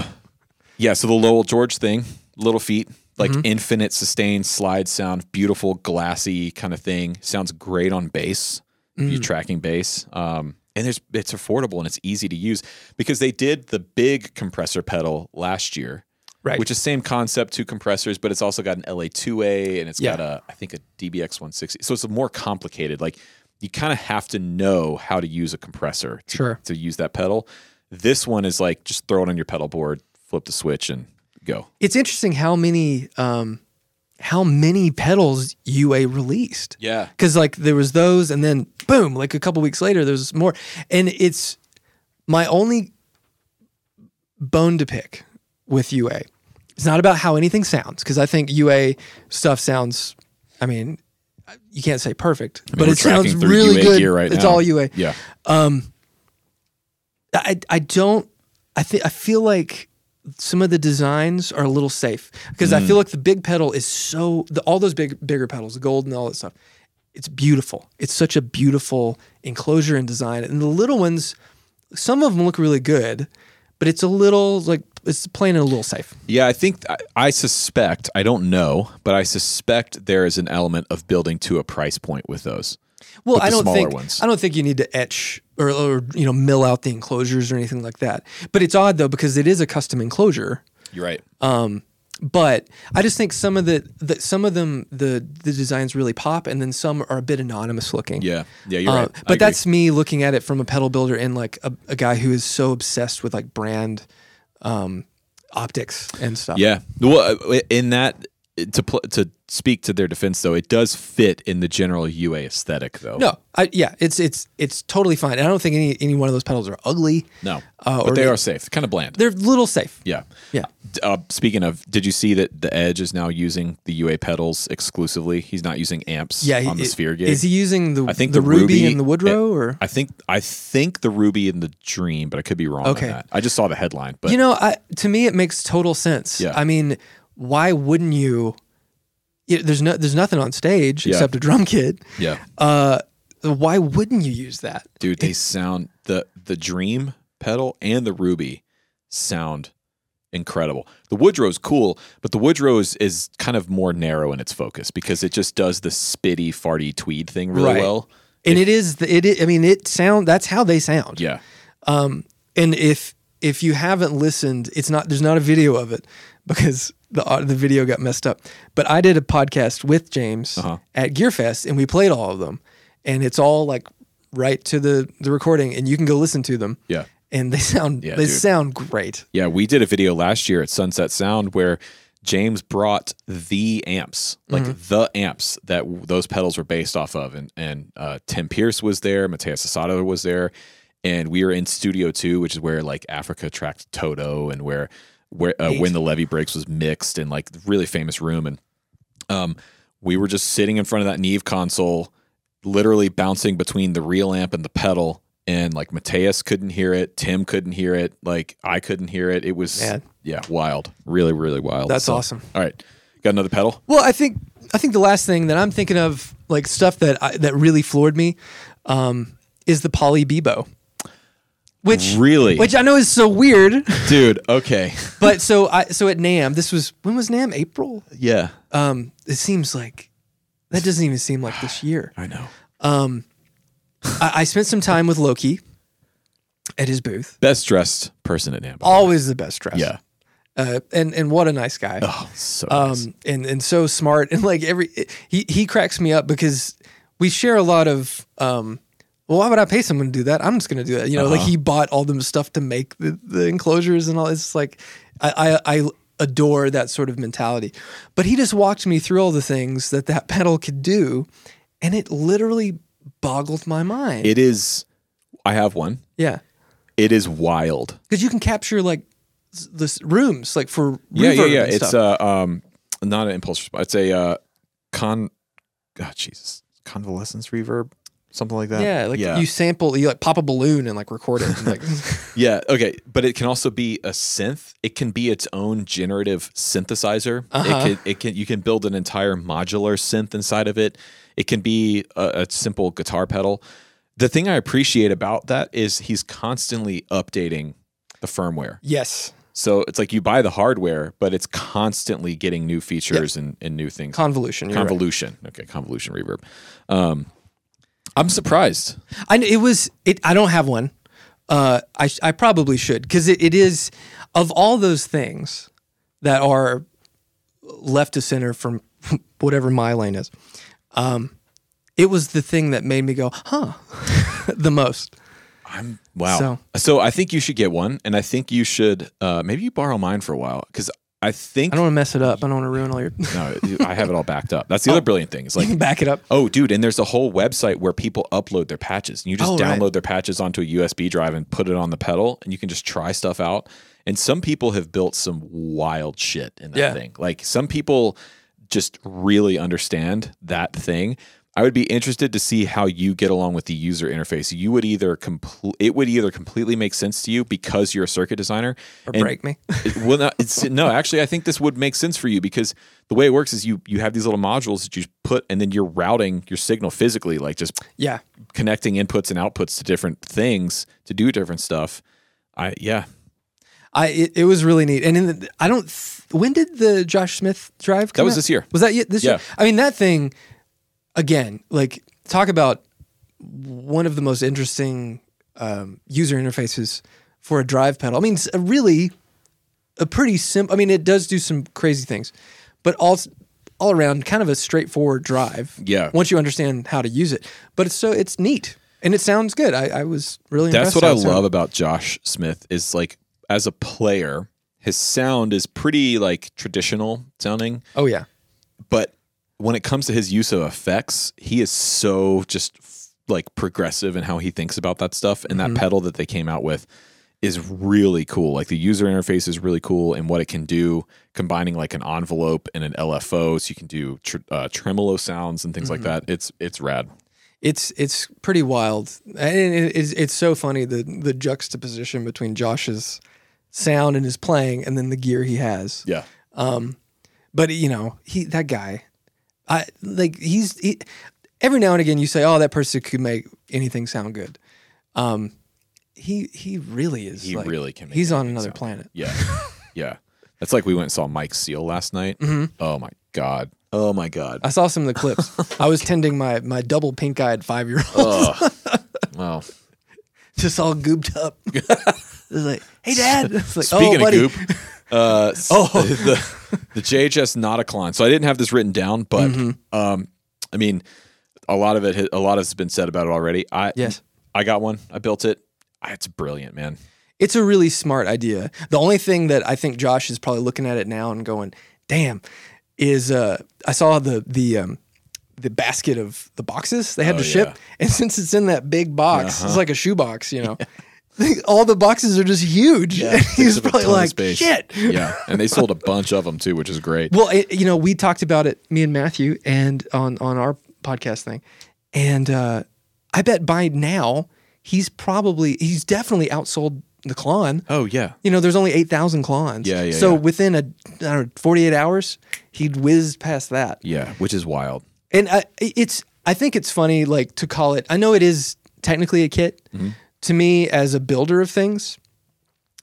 S1: yeah, so the Lowell George thing, little feet, like
S2: Mm-hmm.
S1: infinite sustained slide sound, beautiful glassy kind of thing. Sounds great on bass. if
S2: Mm.
S1: You're tracking bass. Um, and there's it's affordable and it's easy to use because they did the big compressor pedal last year.
S2: Right.
S1: Which is same concept, two compressors, but it's also got an LA2A and it's
S2: Yeah.
S1: got a I think a DBX 160. So it's more complicated. Like you kind of have to know how to use a compressor to,
S2: Sure.
S1: to use that pedal. This one is like just throw it on your pedal board, flip the switch, and go.
S2: it's interesting how many um, how many pedals UA released.
S1: Yeah.
S2: because like there was those and then boom like a couple weeks later there's more and it's my only bone to pick with ua it's not about how anything sounds because i think ua stuff sounds i mean you can't say perfect but
S1: we're
S2: it sounds
S1: tracking through
S2: really
S1: UA
S2: good
S1: gear right
S2: it's
S1: now.
S2: all ua
S1: Yeah.
S2: I I don't I think I feel like some of the designs are a little safe because
S1: Mm.
S2: I feel like the big pedal is so the, all those big bigger pedals, the gold and all that stuff. It's beautiful. It's such a beautiful enclosure and design. And the little ones, some of them look really good, but it's a little like it's playing it a little safe.
S1: Yeah, I think I, I suspect, I don't know, but I suspect there is an element of building to a price point with those.
S2: Well,
S1: But
S2: I
S1: the
S2: don't
S1: smaller
S2: think
S1: ones.
S2: I don't think you need to etch or, or you know mill out the enclosures or anything like that. But it's odd though because it is a custom enclosure.
S1: You're right.
S2: Uh, but I just think some of the, the some of them the the designs really pop, and then some are a bit anonymous looking.
S1: yeah. Yeah, you're
S2: Uh,
S1: right. I
S2: but
S1: agree.
S2: that's me looking at it from a pedal builder and like a, a guy who is so obsessed with like brand um, optics and stuff.
S1: Yeah. Well, uh, in that to pl- to speak to their defense though, it does fit in the general UA aesthetic though.
S2: No, I, yeah, it's it's it's totally fine. And I don't think any any one of those pedals are ugly.
S1: No.
S2: Uh, or
S1: but they
S2: they-
S1: are safe. Kind of bland.
S2: They're a little safe.
S1: yeah.
S2: Yeah.
S1: D- Uh, speaking of, did you see that the Edge is now using the UA pedals exclusively? He's not using amps
S2: Yeah, he-
S1: on the
S2: i-
S1: Sphere gig.
S2: Is he using the
S1: I think
S2: the,
S1: the
S2: ruby,
S1: Ruby-
S2: and the Woodrow or
S1: I think I think the Ruby and the Dream, but I could be wrong.
S2: Okay.
S1: on that. I just saw the headline, but
S2: you know, I, to me, it makes total sense.
S1: Yeah.
S2: I mean, why wouldn't you? you there's no, there's nothing on stage
S1: Yeah.
S2: except a drum kit.
S1: yeah,
S2: Uh, why wouldn't you use that?
S1: dude, they sound the the Dream pedal and the Ruby sound incredible. The Woodrow's cool, but the Woodrow is, is kind of more narrow in its focus because it just does the spitty farty tweed thing really
S2: Right.
S1: well.
S2: And it is, the, it, i- I mean, it sound. That's how they sound. Um,
S1: Yeah,
S2: And if if you haven't listened, it's not there's not a video of it [LAUGHS] because the au- the video got messed up. But I did a podcast with James
S1: Uh-huh.
S2: at Gearfest, and we played all of them, and it's all like right to the the recording, and you can go listen to them.
S1: yeah.
S2: and they sound
S1: Yeah,
S2: they
S1: dude.
S2: sound great.
S1: Yeah, we did a video last year at Sunset Sound where James brought the amps, like the amps that w- those pedals were based off of, and and uh, Tim Pierce was there, Mateus Asado was there, and we were in Studio Two, which is where like Africa tracked Toto and where where uh, when the levee breaks was mixed and like really famous room, and um, we were just sitting in front of that Neve console, literally bouncing between the real amp and the pedal. And like Mateus couldn't hear it, Tim couldn't hear it, like I couldn't hear it. It was
S2: Man.
S1: yeah, wild, really, really wild.
S2: That's
S1: So-
S2: awesome.
S1: All right, got another pedal?
S2: Well, I think I think the last thing that I'm thinking of, like stuff that I, that really floored me, um, is the Poly Bebo, which
S1: Really,
S2: which I know is so weird,
S1: dude? Okay, [LAUGHS]
S2: but so I so at Nam this was when was Nam April?
S1: yeah,
S2: Um, it seems like that doesn't even seem like this year.
S1: I know.
S2: I, I spent some time with Loki at his booth.
S1: Best dressed person at Nampa.
S2: Always the best dress.
S1: Yeah.
S2: Uh, and and what a nice guy.
S1: Oh, so nice.
S2: um, and and so smart [LAUGHS] and like every he he cracks me up because we share a lot of um. Well, why would I pay someone to do that? I'm just gonna do that. You know, like
S1: Uh-huh.
S2: he bought all the stuff to make the, the enclosures and all. It's just like I, I I adore that sort of mentality. But he just walked me through all the things that [LAUGHS] that pedal could do, and it literally boggled my mind.
S1: It is. I have one.
S2: yeah,
S1: It is wild.
S2: because you can capture like s- the s- rooms like for
S1: yeah, yeah,
S2: reverb
S1: yeah.
S2: and
S1: It's
S2: stuff.
S1: a um, uh, not an impulse response. It's a uh, con. God, Jesus, ah, convalescence reverb. something like that.
S2: yeah, like
S1: yeah.
S2: you sample, you like pop a balloon and like record it. Like, [LAUGHS]
S1: Yeah, okay, but it can also be a synth. It can be its own generative synthesizer.
S2: Uh-huh.
S1: It can, it can, you can build an entire modular synth inside of it. It can be a, a simple guitar pedal. The thing I appreciate about that is he's constantly updating the firmware.
S2: yes,
S1: So it's like you buy the hardware, but it's constantly getting new features and, and new things.
S2: convolution. You're right.
S1: convolution, okay, convolution reverb. Um, I'm surprised.
S2: I kn- it was it. I don't have one. Uh, I sh- I probably should because it, it is of all those things that are left to center from [LAUGHS] whatever my lane is. Um, it was the thing that made me go, huh, [LAUGHS] the most.
S1: I'm wow.
S2: So-
S1: So, I think you should get one, and I think you should uh, maybe you borrow mine for a while because I think
S2: I don't want to mess it up. I don't want to ruin all your.
S1: [LAUGHS]
S2: [LAUGHS]
S1: no, I have it all backed up. That's the
S2: Oh.
S1: other brilliant thing. It's like.
S2: Back it up.
S1: Oh, dude! And there's a whole website where people upload their patches, and you just
S2: Oh, right.
S1: download their patches onto a USB drive and put it on the pedal, and you can just try stuff out. And some people have built some wild shit in that
S2: Yeah.
S1: thing. Like some people just really understand that thing. I would be interested to see how you get along with the user interface. You would either complete it would either completely make sense to you because you're a circuit designer,
S2: Or
S1: and-
S2: break me.
S1: it- well, no, it's, no, actually, I think this would make sense for you because the way it works is you you have these little modules that you put, and then you're routing your signal physically, like just
S2: Yeah.
S1: connecting inputs and outputs to different things to do different stuff. I yeah,
S2: I it, it was really neat, and in the, I don't. Th- when did the Josh Smith drive? Come
S1: was
S2: out?
S1: this year.
S2: Was that ye- this year?
S1: Yeah.
S2: I mean, that thing again. Like talk about one of the most interesting um, user interfaces for a drive pedal. I mean, it's a really a pretty simple. I mean, it does do some crazy things, but all all around, kind of a straightforward drive.
S1: Yeah.
S2: Once you understand how to use it, but it's so it's neat and it sounds good. I, I was really
S1: that's
S2: impressed
S1: what
S2: how
S1: I
S2: it sounded.
S1: love about Josh Smith is like as a player, his sound is pretty like traditional sounding,
S2: Oh yeah.
S1: but when it comes to his use of effects, he is so just f- like progressive in how he thinks about that stuff. And that pedal that they came out with is really cool. Like the user interface is really cool and what it can do, combining like an envelope and an LFO, so you can do tr- uh, tremolo sounds and things like that. It's it's rad.
S2: it's it's pretty wild, and it- it's it's so funny the the juxtaposition between Josh's sound and his playing, and then the gear he has.
S1: Yeah,
S2: But you know, he that guy, I like he's he, every now and again you say, oh, that person could make anything sound good. Um, he he really is.
S1: He
S2: like-
S1: really can make
S2: He's on another planet.
S1: [LAUGHS] yeah, yeah. That's like we went and saw Mike Seal last night. Oh my god. Oh my god.
S2: I saw some of the
S1: [LAUGHS]
S2: clips. I was tending my my double pink eyed five year old,
S1: Ugh. well,
S2: [LAUGHS] just all gooped up. [LAUGHS] it was like, hey, dad. It's like,
S1: Speaking
S2: oh,
S1: of
S2: buddy. [LAUGHS]
S1: goop, uh, oh [LAUGHS] the the JHS Nauticon. So I didn't have this written down, but
S2: Mm-hmm.
S1: um, I mean, a lot of it, ha- a lot has been said about it already. I
S2: Yes.
S1: I got one. I built it. Ah, It's brilliant, man.
S2: It's a really smart idea. The only thing that I think Josh is probably looking at it now and going, "Damn," is uh, I saw the the um, the basket of the boxes they had
S1: Oh,
S2: to ship,
S1: yeah. Uh-huh.
S2: and [LAUGHS] since it's in that big box, it's like a shoebox, you know. [LAUGHS] All the boxes are just huge. [LAUGHS] and [LAUGHS] he's
S1: up a
S2: probably
S1: ton of
S2: like,
S1: space.
S2: "Shit."
S1: Yeah,
S2: [LAUGHS]
S1: and they sold a bunch of them too, which is great.
S2: Well, it, you know, we talked about it, me and Matthew, and on on our podcast thing, and uh, I bet by now he's probably he's definitely outsold the Klon
S1: Oh yeah,
S2: you know, there's only 8,000 klons.
S1: Yeah, yeah,
S2: So
S1: yeah.
S2: within a, I don't know, 48 hours, he'd whizzed past that.
S1: yeah, which is wild.
S2: And I, it's, I think it's funny, like, to call it, I know it is technically a kit.
S1: Mm-hmm.
S2: To me, as a builder of things,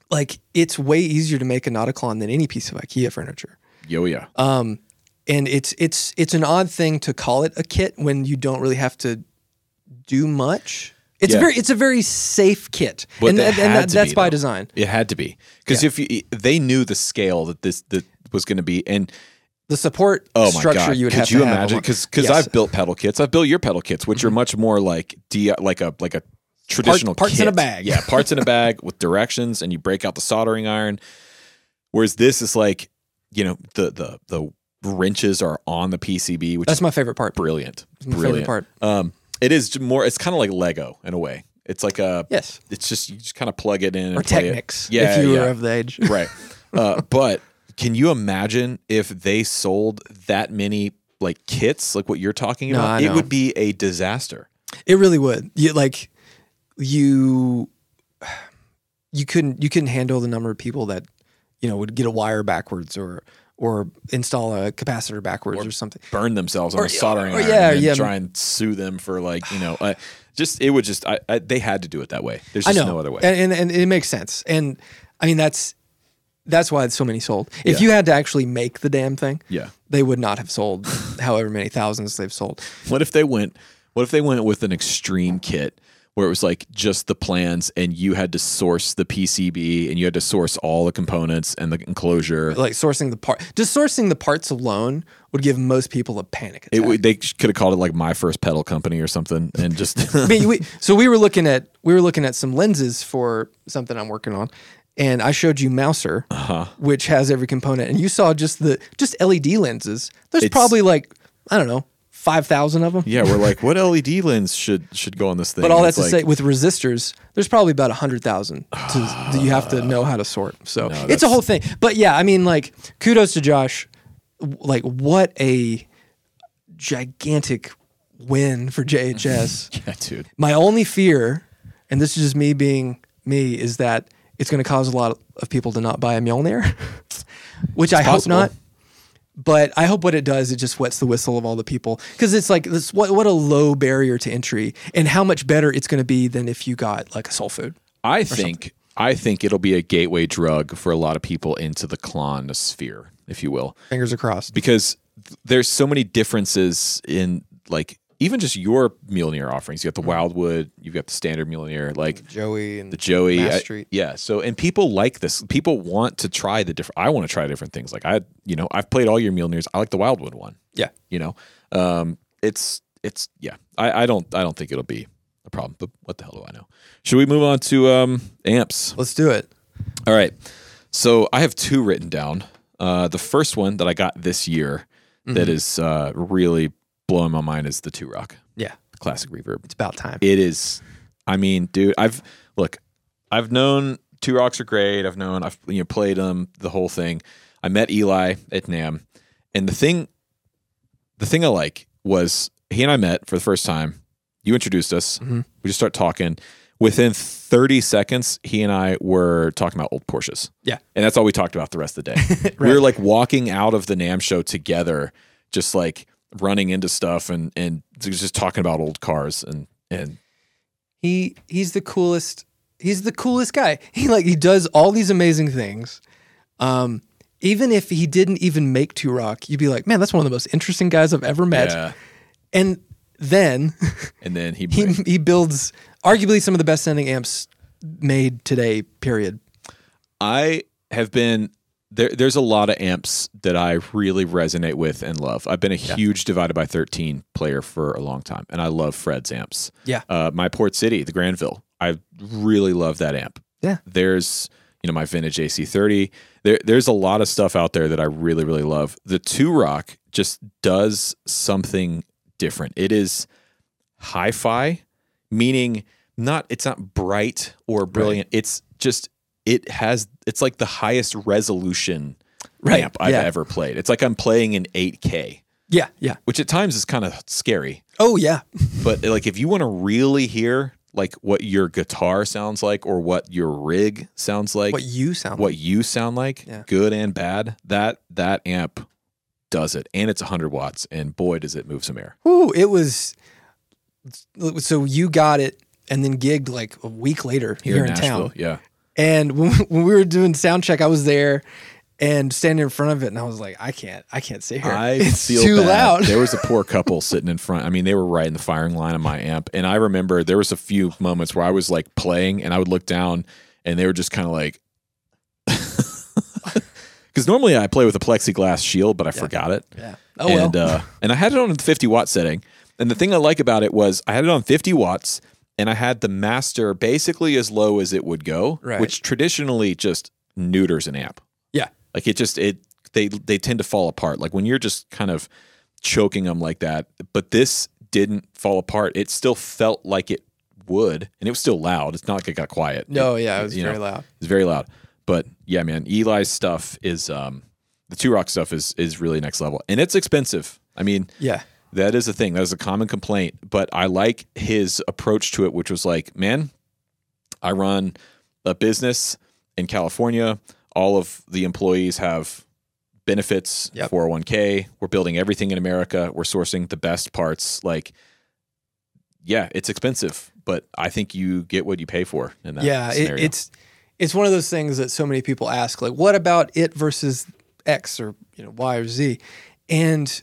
S2: like, it's way easier to make a Nauticlon than any piece of IKEA furniture. Um,
S1: Yo yeah,
S2: Uh, And it's, it's, it's an odd thing to call it a kit when you don't really have to do much. It's
S1: Yeah.
S2: very, it's a very safe kit.
S1: But
S2: and
S1: that
S2: and
S1: had to
S2: that's
S1: be,
S2: by
S1: though.
S2: design.
S1: it had to be because if you, they knew the scale that this that was going to be, and
S2: The support
S1: oh my
S2: structure
S1: god,
S2: you would
S1: could
S2: have
S1: you
S2: to have
S1: imagine?
S2: along-
S1: Because because
S2: Yes. Mm-hmm.
S1: I've built pedal kits. I've built your pedal kits, which are much more like di like a like a traditional
S2: parts in
S1: kit.
S2: a bag.
S1: Yeah, parts in a bag with directions, and you break out the soldering iron. Whereas this is like, you know, the the the wrenches are on the PCB, which
S2: That's
S1: is
S2: my favorite part.
S1: brilliant.
S2: my favorite
S1: brilliant
S2: part.
S1: Um, it is more. It's kind of like Lego in a way. It's like a
S2: Yes.
S1: It's just you just kind of plug it in and
S2: Or
S1: play it.
S2: Technics,
S1: Yeah,
S2: if you
S1: yeah
S2: were of the age.
S1: right uh, but can you imagine if they sold that many like kits like what you're talking
S2: No,
S1: about
S2: I
S1: it
S2: know.
S1: would be a disaster
S2: It really would. You like you you couldn't you couldn't handle the number of people that you know would get a wire backwards or or install a capacitor backwards or, something.
S1: burn themselves on
S2: Or-
S1: a soldering
S2: or-
S1: iron
S2: yeah,
S1: and then
S2: yeah.
S1: try and sue them for like you know uh, just it would just I, I, they had to do it that way there's
S2: I
S1: just
S2: know.
S1: no other way
S2: And, and and it makes sense. And I mean that's that's why it's so many sold. If
S1: Yeah.
S2: you had to actually make the damn thing,
S1: yeah
S2: they would not have sold however many thousands they've sold.
S1: what if they went what if they went with an extreme kit where it was like just the plans and you had to source the PCB and you had to source all the components and the enclosure
S2: Like sourcing the part, just sourcing the parts alone would give most people a panic attack.
S1: it would they could have called it like my first pedal company or something and just [LAUGHS]
S2: I mean, we, so we were looking at we were looking at some lenses for something I'm working on, and I showed you Mouser,
S1: Uh-huh.
S2: which has every component, and you saw just the just LED lenses. There's probably like I don't know five thousand of them.
S1: yeah we're like what LED lens should should go on this thing
S2: But all
S1: And
S2: that
S1: it's
S2: to
S1: like,
S2: say, [LAUGHS] with resistors, there's probably about hundred thousand that you have to know how to sort. So it's a whole thing. But yeah, I mean, like kudos to Josh. W- Like what a gigantic win for JHS.
S1: yeah dude
S2: My only fear, and this is just me being me, is that it's going to cause a lot of people to not buy a Mjolnir, [LAUGHS] which I
S1: possible.
S2: hope not. But I hope what it does, it just wets the whistle of all the people because it's like this. What what a low barrier to entry, and how much better it's going to be than if you got like a soul food.
S1: I think I think it'll be a gateway drug for a lot of people into the clonosphere, if you will,
S2: Fingers across.
S1: because th- there's so many differences in like even just your Mjolnir offerings. You got the
S2: Mm.
S1: Wildwood, you've got the standard Mjolnir, like
S2: Joey and
S1: the Joey
S2: Mass
S1: I-
S2: Street.
S1: yeah. So and people like this. People want to try the different. I want to try different things. Like I, you know, I've played all your Mjolnirs. I like the Wildwood one.
S2: yeah.
S1: You know, um, it's it's yeah. I, I don't I don't think it'll be a problem. But what the hell do I know? Should we move on to um, amps?
S2: Let's do it.
S1: All right. So I have two written down. Uh, the first one that I got this year that is uh, really blowing my mind is the Two Rock
S2: Yeah,
S1: Classic Reverb.
S2: it's about time.
S1: It is. I mean, dude, I've look. I've known Two Rocks are great. I've known. I've you know played them the whole thing. I met Eli at Nam, and the thing, the thing I like was he and I met for the first time. You introduced us. We just start talking. Within 30 seconds, he and I were talking about old Porsches.
S2: Yeah.
S1: And that's all we talked about the rest of the day. We were like walking out of the NAM show together, just like running into stuff and and just talking about old cars and and
S2: he he's the coolest he's the coolest guy [LAUGHS] he like he does all these amazing things um even if he didn't even make two rock you'd be like man that's one of the most interesting guys i've ever met
S1: yeah.
S2: and then [LAUGHS]
S1: And then he,
S2: he, he builds arguably some of the best sounding amps made today period
S1: I have been there there's a lot of amps that I really resonate with and love. I've been a huge divided by 13 player for a long time and I love Fred's amps.
S2: yeah
S1: Uh, my Port City, the Granville. I really love that amp.
S2: Yeah.
S1: There's, you know, my vintage AC30. There, there's a lot of stuff out there that I really, really love. The Two Rock just does something different. It is hi-fi, meaning not it's not bright or brilliant. It's just it has it's like the highest resolution
S2: Right.
S1: amp I've
S2: Yeah.
S1: ever played. It's like I'm playing in 8K,
S2: yeah yeah
S1: which at times is kind of scary
S2: oh yeah
S1: but like if you want to really hear like what your guitar sounds like or what your rig sounds like
S2: what you sound like
S1: what you sound like
S2: Yeah.
S1: good and bad that that amp does it and it's 100 watts and boy does it move some air
S2: Ooh, it was so you got it and then gigged like a week later here, in town
S1: yeah
S2: And when, [LAUGHS] when we were doing sound check, I was there and standing in front of it, and I was like, I can't, I can't sit here.
S1: I
S2: [LAUGHS] it's
S1: feel
S2: too
S1: bad.
S2: loud.
S1: there was a poor couple sitting in front. I mean, they were right in the firing line of my amp, and I remember there was a few moments where I was like playing, and I would look down, and they were just kind of like, [LAUGHS] because normally I play with a plexiglass shield, but I forgot it.
S2: [LAUGHS] yeah. Oh
S1: and
S2: well.
S1: uh, and I had it on the 50 watt setting. And the thing I like about it was I had it on 50 watts, and I had the master basically as low as it would go,
S2: Right.
S1: which traditionally just neuters an amp.
S2: yeah.
S1: Like it just it they they tend to fall apart. Like when you're just kind of choking them like that. But this didn't fall apart. It still felt like it would, and it was still loud. It's not like it got quiet.
S2: No. Yeah. It was
S1: you
S2: very
S1: know,
S2: loud.
S1: It's very loud. But yeah, man, Eli's stuff is um the two rock stuff is is really next level, and it's expensive. I mean,
S2: Yeah.
S1: That is a thing. That is a common complaint. But I like his approach to it, which was like, man, I run a business in California. All of the employees have benefits,
S2: Yep.
S1: 401k. We're building everything in America. We're sourcing the best parts. Like, yeah, it's expensive, but I think you get what you pay for in that
S2: yeah, it,
S1: scenario.
S2: it's it's one of those things that so many people ask, like, what about it versus X or you know Y or Z? And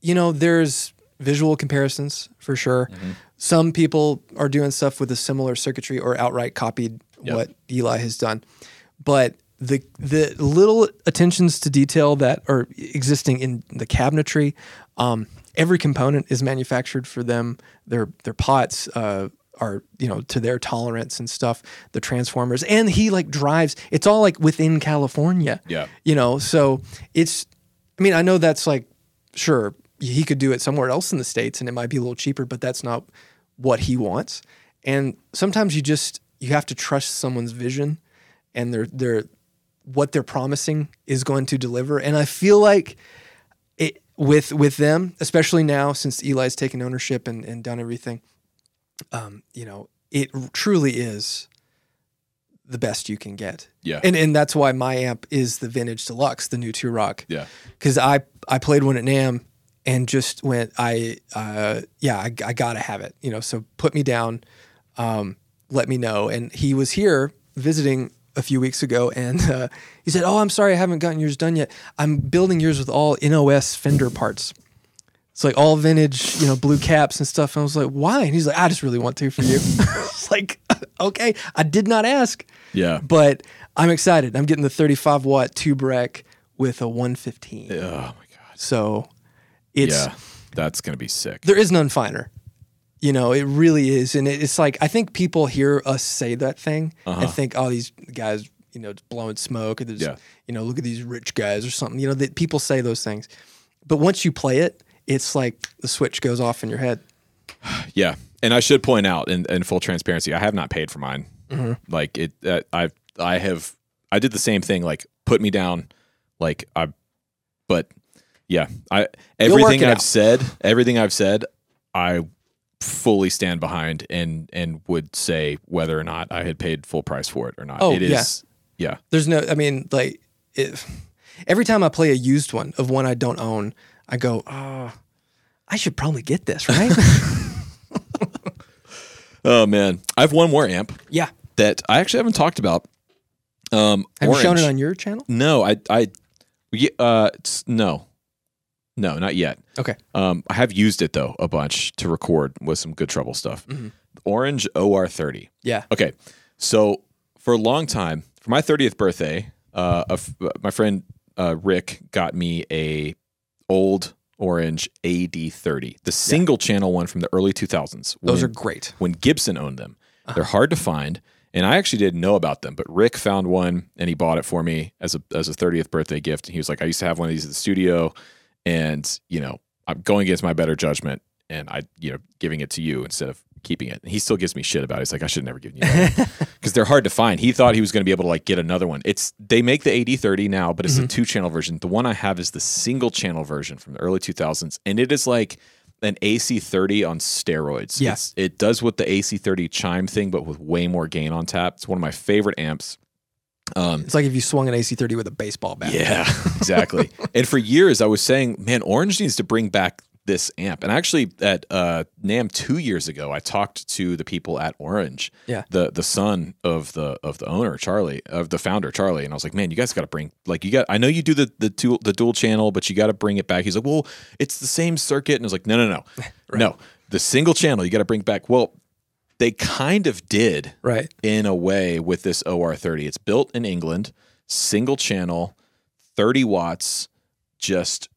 S2: you know, there's visual comparisons for sure.
S1: Mm-hmm.
S2: Some people are doing stuff with a similar circuitry or outright copied
S1: Yep.
S2: what Eli has done, but the the little attentions to detail that are existing in the cabinetry. Um, every component is manufactured for them. Their their pots uh, are you know to their tolerance and stuff. The transformers and he like drives. It's all like within California.
S1: Yeah.
S2: you know. So it's. I mean, I know that's like sure he could do it somewhere else in the states and it might be a little cheaper, but that's not what he wants. And sometimes you just you have to trust someone's vision and their their what they're promising is going to deliver. And I feel like it with with them, especially now since Eli's taken ownership and, and done everything, um, you know, it truly is the best you can get.
S1: yeah.
S2: And and that's why my amp is the vintage deluxe, the new two rock
S1: yeah.
S2: because I I played one at Nam and just went I uh, yeah I, I gotta have it you know so put me down um, let me know and he was here visiting a few weeks ago and uh, he said oh I'm sorry I haven't gotten yours done yet I'm building yours with all NOS fender parts it's like all vintage you know blue caps and stuff and I was like why and he's like I just really want to for you [LAUGHS] it's like okay I did not ask
S1: [LAUGHS] Yeah.
S2: but I'm excited I'm getting the 35 watt tube rack with a 115
S1: Oh, my God.
S2: so it's
S1: Yeah. That's going to be sick.
S2: there is none finer. You know, it really is. And it, it's like I think people hear us say that thing and think, oh, these guys, you know, just blowing smoke or there's
S1: Uh-huh. Yeah.
S2: you know, look at these rich guys or something. You know, that people say those things. But once you play it, it's like the switch goes off in your head.
S1: Yeah, and I should point out, in, in full transparency, I have not paid for mine.
S2: Mm-hmm.
S1: Like it, uh, I I have I did the same thing. Like put me down. Like I, but yeah, I
S2: work
S1: everything
S2: it
S1: I've
S2: out.
S1: said, everything I've said, I fully stand behind and and would say whether or not I had paid full price for it or not.
S2: Oh,
S1: it
S2: yeah.
S1: is yeah.
S2: There's no I mean, like if every time I play a used one of one I don't own, I go, oh, I should probably get this, right?
S1: Oh man, I have one more amp
S2: [LAUGHS] yeah.
S1: that I actually haven't talked about. Um,
S2: Have you shown
S1: orange.
S2: it on your channel?
S1: No, I, I, ye- uh, s- no, no, not yet.
S2: Okay.
S1: Um, I have used it though a bunch to record with some good trouble stuff.
S2: Mm-hmm.
S1: Orange OR30.
S2: Yeah.
S1: Okay, so for a long time, for my 30th birthday, uh, a f- my friend uh, Rick got me a old orange AD30, the single channel one from the early 2000s.
S2: Those
S1: when-
S2: are great.
S1: when Gibson owned them. They're hard to find, and I actually didn't know about them. But Rick found one, and he bought it for me as a as a thirtieth birthday gift. And he was like, "I used to have one of these at the studio, and you know, I'm going against my better judgment, and I, you know, giving it to you instead of keeping it." And he still gives me shit about it. He's like, "I should have never given you that because they're hard to find." He thought he was going to be able to like get another one. It's they make the AD thirty now, but it's the two channel version. The one I have is the single channel version from the early two thousands, and it is like an AC30 on steroids.
S2: Yeah.
S1: It's- It does what the AC30 chime thing, but with way more gain on tap. It's one of my favorite amps. Um,
S2: It's like if you swung an AC30 with a baseball bat.
S1: yeah, [LAUGHS] exactly. and for years, I was saying, man, Orange needs to bring back this amp. And actually, at uh, Nam two years ago, I talked to the people at Orange,
S2: Yeah.
S1: the the son of the of the owner Charlie, of the founder Charlie, and I was like, man, you guys got to bring like you got. I know you do the the dual, the dual channel, but you got to bring it back. He's like, well, it's the same circuit, and I was like, no, no, no, no, the single channel you got to bring back. Well, they kind of did
S2: Right.
S1: in a way with this OR30. It's built in England, single channel, 30 watts, just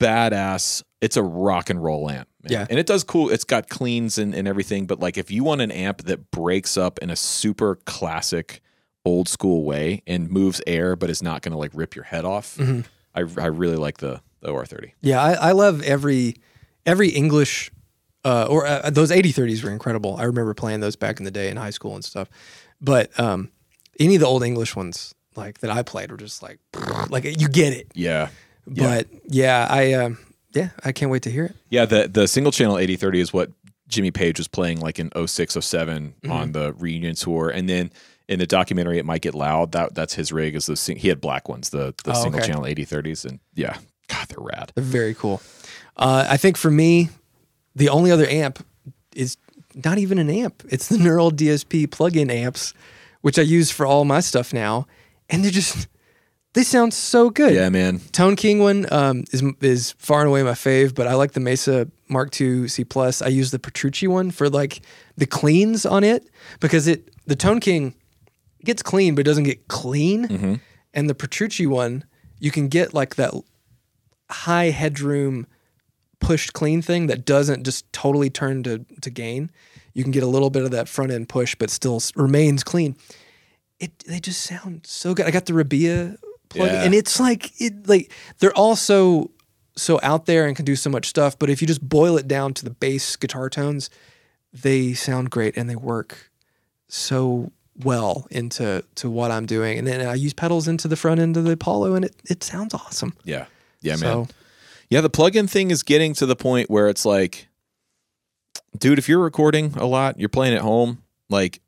S1: badass. It's a rock and roll amp. man.
S2: Yeah.
S1: And it does cool. It's got cleans and, and everything. But like if you want an amp that breaks up in a super classic, old school way and moves air, but is not going to like rip your head off, I, I really like the, the OR30.
S2: Yeah, I, I love every every English uh, or uh, those 8030s were incredible. I remember playing those back in the day in high school and stuff. But um, any of the old English ones [LAUGHS] like that I played were just like like you get it.
S1: Yeah.
S2: But yeah, I um, Yeah, I can't wait to hear it.
S1: Yeah, the the single channel 8030 is what Jimmy Page was playing like in 06 7
S2: Mm-hmm.
S1: on the reunion tour and then in the documentary it might get loud that that's his rig is the sing- he had black ones the the
S2: Oh,
S1: single
S2: okay.
S1: channel 8030s and yeah god they're rad.
S2: They're very cool. Uh, I think for me, the only other amp is not even an amp. It's the Neural DSP plug-in amps, which I use for all my stuff now, and they're just they sound so good.
S1: Yeah, man.
S2: Tone King one um, is is far and away my fave, but I like the Mesa Mark II C plus. I use the Petrucci one for like the cleans on it because it the Tone King gets clean but it doesn't get clean, and the Petrucci one you can get like that high headroom pushed clean thing that doesn't just totally turn to to gain. You can get a little bit of that front end push, but still s- remains clean. It they just sound so good. I got the Rabia plug,
S1: Yeah.
S2: and it's like it like they're all so so out there and can do so much stuff. But if you just boil it down to the bass guitar tones, they sound great and they work so well into to what I'm doing. And then I use pedals into the front end of the Apollo, and it it sounds awesome.
S1: Yeah. Yeah, man.
S2: so
S1: Yeah, the plug-in thing is getting to the point where it's like, dude, if you're recording a lot, you're playing at home, like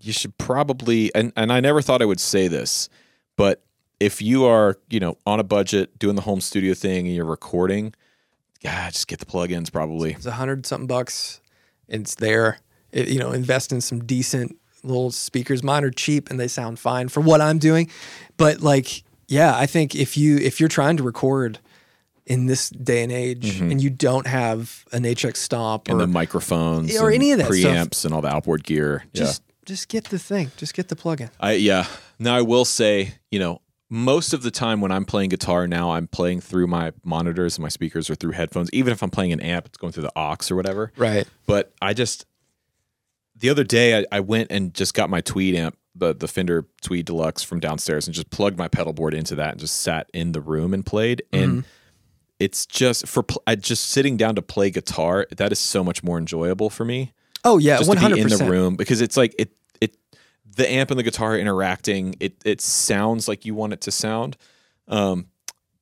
S1: you should probably and, and I never thought I would say this, but if you are, you know, on a budget doing the home studio thing and you're recording, yeah, just get the plugins probably.
S2: it's a hundred something bucks. It's there. It- you know, invest in some decent little speakers. Mine are cheap and they sound fine for what I'm doing. But like, yeah, I think if you if you're trying to record in this day and age and you don't have an HX stomp
S1: And
S2: or
S1: Mm-hmm. the microphones
S2: Or
S1: and
S2: any of that stuff.
S1: preamps and all the outboard gear. yeah.
S2: just just get the thing, just get the plugin.
S1: I yeah. Now I will say, you know, most of the time when I'm playing guitar now, I'm playing through my monitors and my speakers or through headphones. Even if I'm playing an amp, it's going through the aux or whatever.
S2: Right.
S1: But I just the other day I, I went and just got my Tweed amp, the the Fender Tweed Deluxe from downstairs, and just plugged my pedal board into that and just sat in the room and played. And it's just for pl- I just sitting down to play guitar. That is so much more enjoyable for me
S2: Oh yeah,
S1: just
S2: one
S1: to
S2: hundred
S1: be in the
S2: percent.
S1: room because it's like it it the amp and the guitar are interacting. It it sounds like you want it to sound. Um,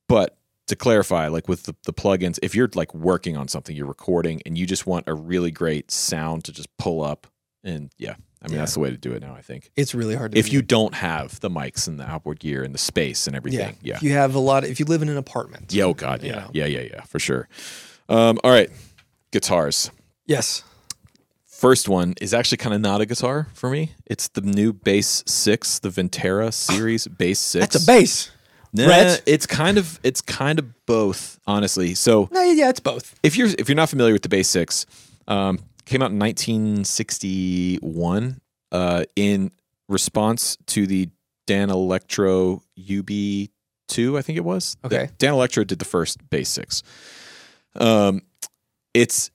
S1: but to clarify, like with the, the plugins, if you're like working on something, you're recording, and you just want a really great sound to just pull up, and yeah, I mean
S2: Yeah.
S1: that's the way to do it now. I think
S2: It's really hard to
S1: if
S2: do.
S1: you don't have the mics and the outboard gear and the space and everything, yeah,
S2: If you have a lot if you live in an apartment.
S1: yeah, oh god,
S2: you
S1: yeah,
S2: know.
S1: yeah, yeah, yeah, for sure. Um, all right, guitars.
S2: Yes.
S1: first one is actually kind of not a guitar for me. It's the new Bass Six, the Ventura series Bass Six.
S2: That's a bass.
S1: Nah,
S2: Brett.
S1: It's kind of it's kind of both, honestly. So
S2: No, yeah, it's both.
S1: if you're if you're not familiar with the Bass Six, um, came out in 1961 uh, in response to the Dan Electro UB two, I think it was.
S2: Okay.
S1: That- Dan Electro did the first Bass Six. Um, it's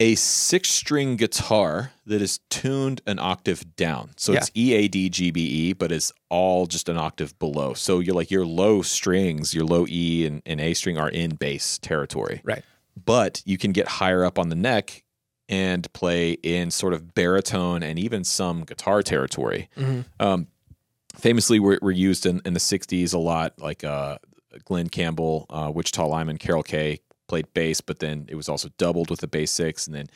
S1: a six string guitar that is tuned an octave down. So
S2: Yeah.
S1: it's E A D G B E, but it's all just an octave below. So you're like your low strings, your low E and, and A string are in bass territory.
S2: Right.
S1: But you can get higher up on the neck and play in sort of baritone and even some guitar territory. Um, famously were, were used in, in the 60s a lot like uh, glenn campbell uh, wichita lyman carol kay played bass but then it was also doubled with the bass six and then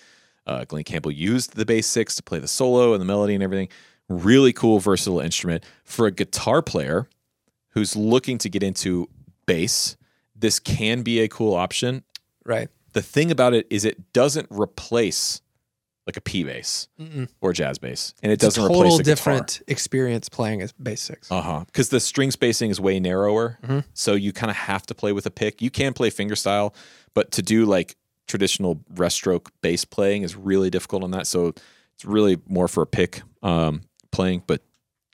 S1: uh, glenn campbell used the bass six to play the solo and the melody and everything really cool versatile instrument for a guitar player who's looking to get into bass this can be a cool option
S2: Right.
S1: the thing about it is it doesn't replace like a p bass
S2: Mm-mm.
S1: or jazz bass and it
S2: It's a
S1: doesn't
S2: total
S1: replace a guitar.
S2: different experience playing as bass six.
S1: Uh huh. Because the string spacing is way narrower,
S2: Mhm.
S1: so you kind of have to play with a pick. You can play fingerstyle, but to do like traditional breaststroke bass playing is really difficult on that. So it's really more for a pick um, playing, but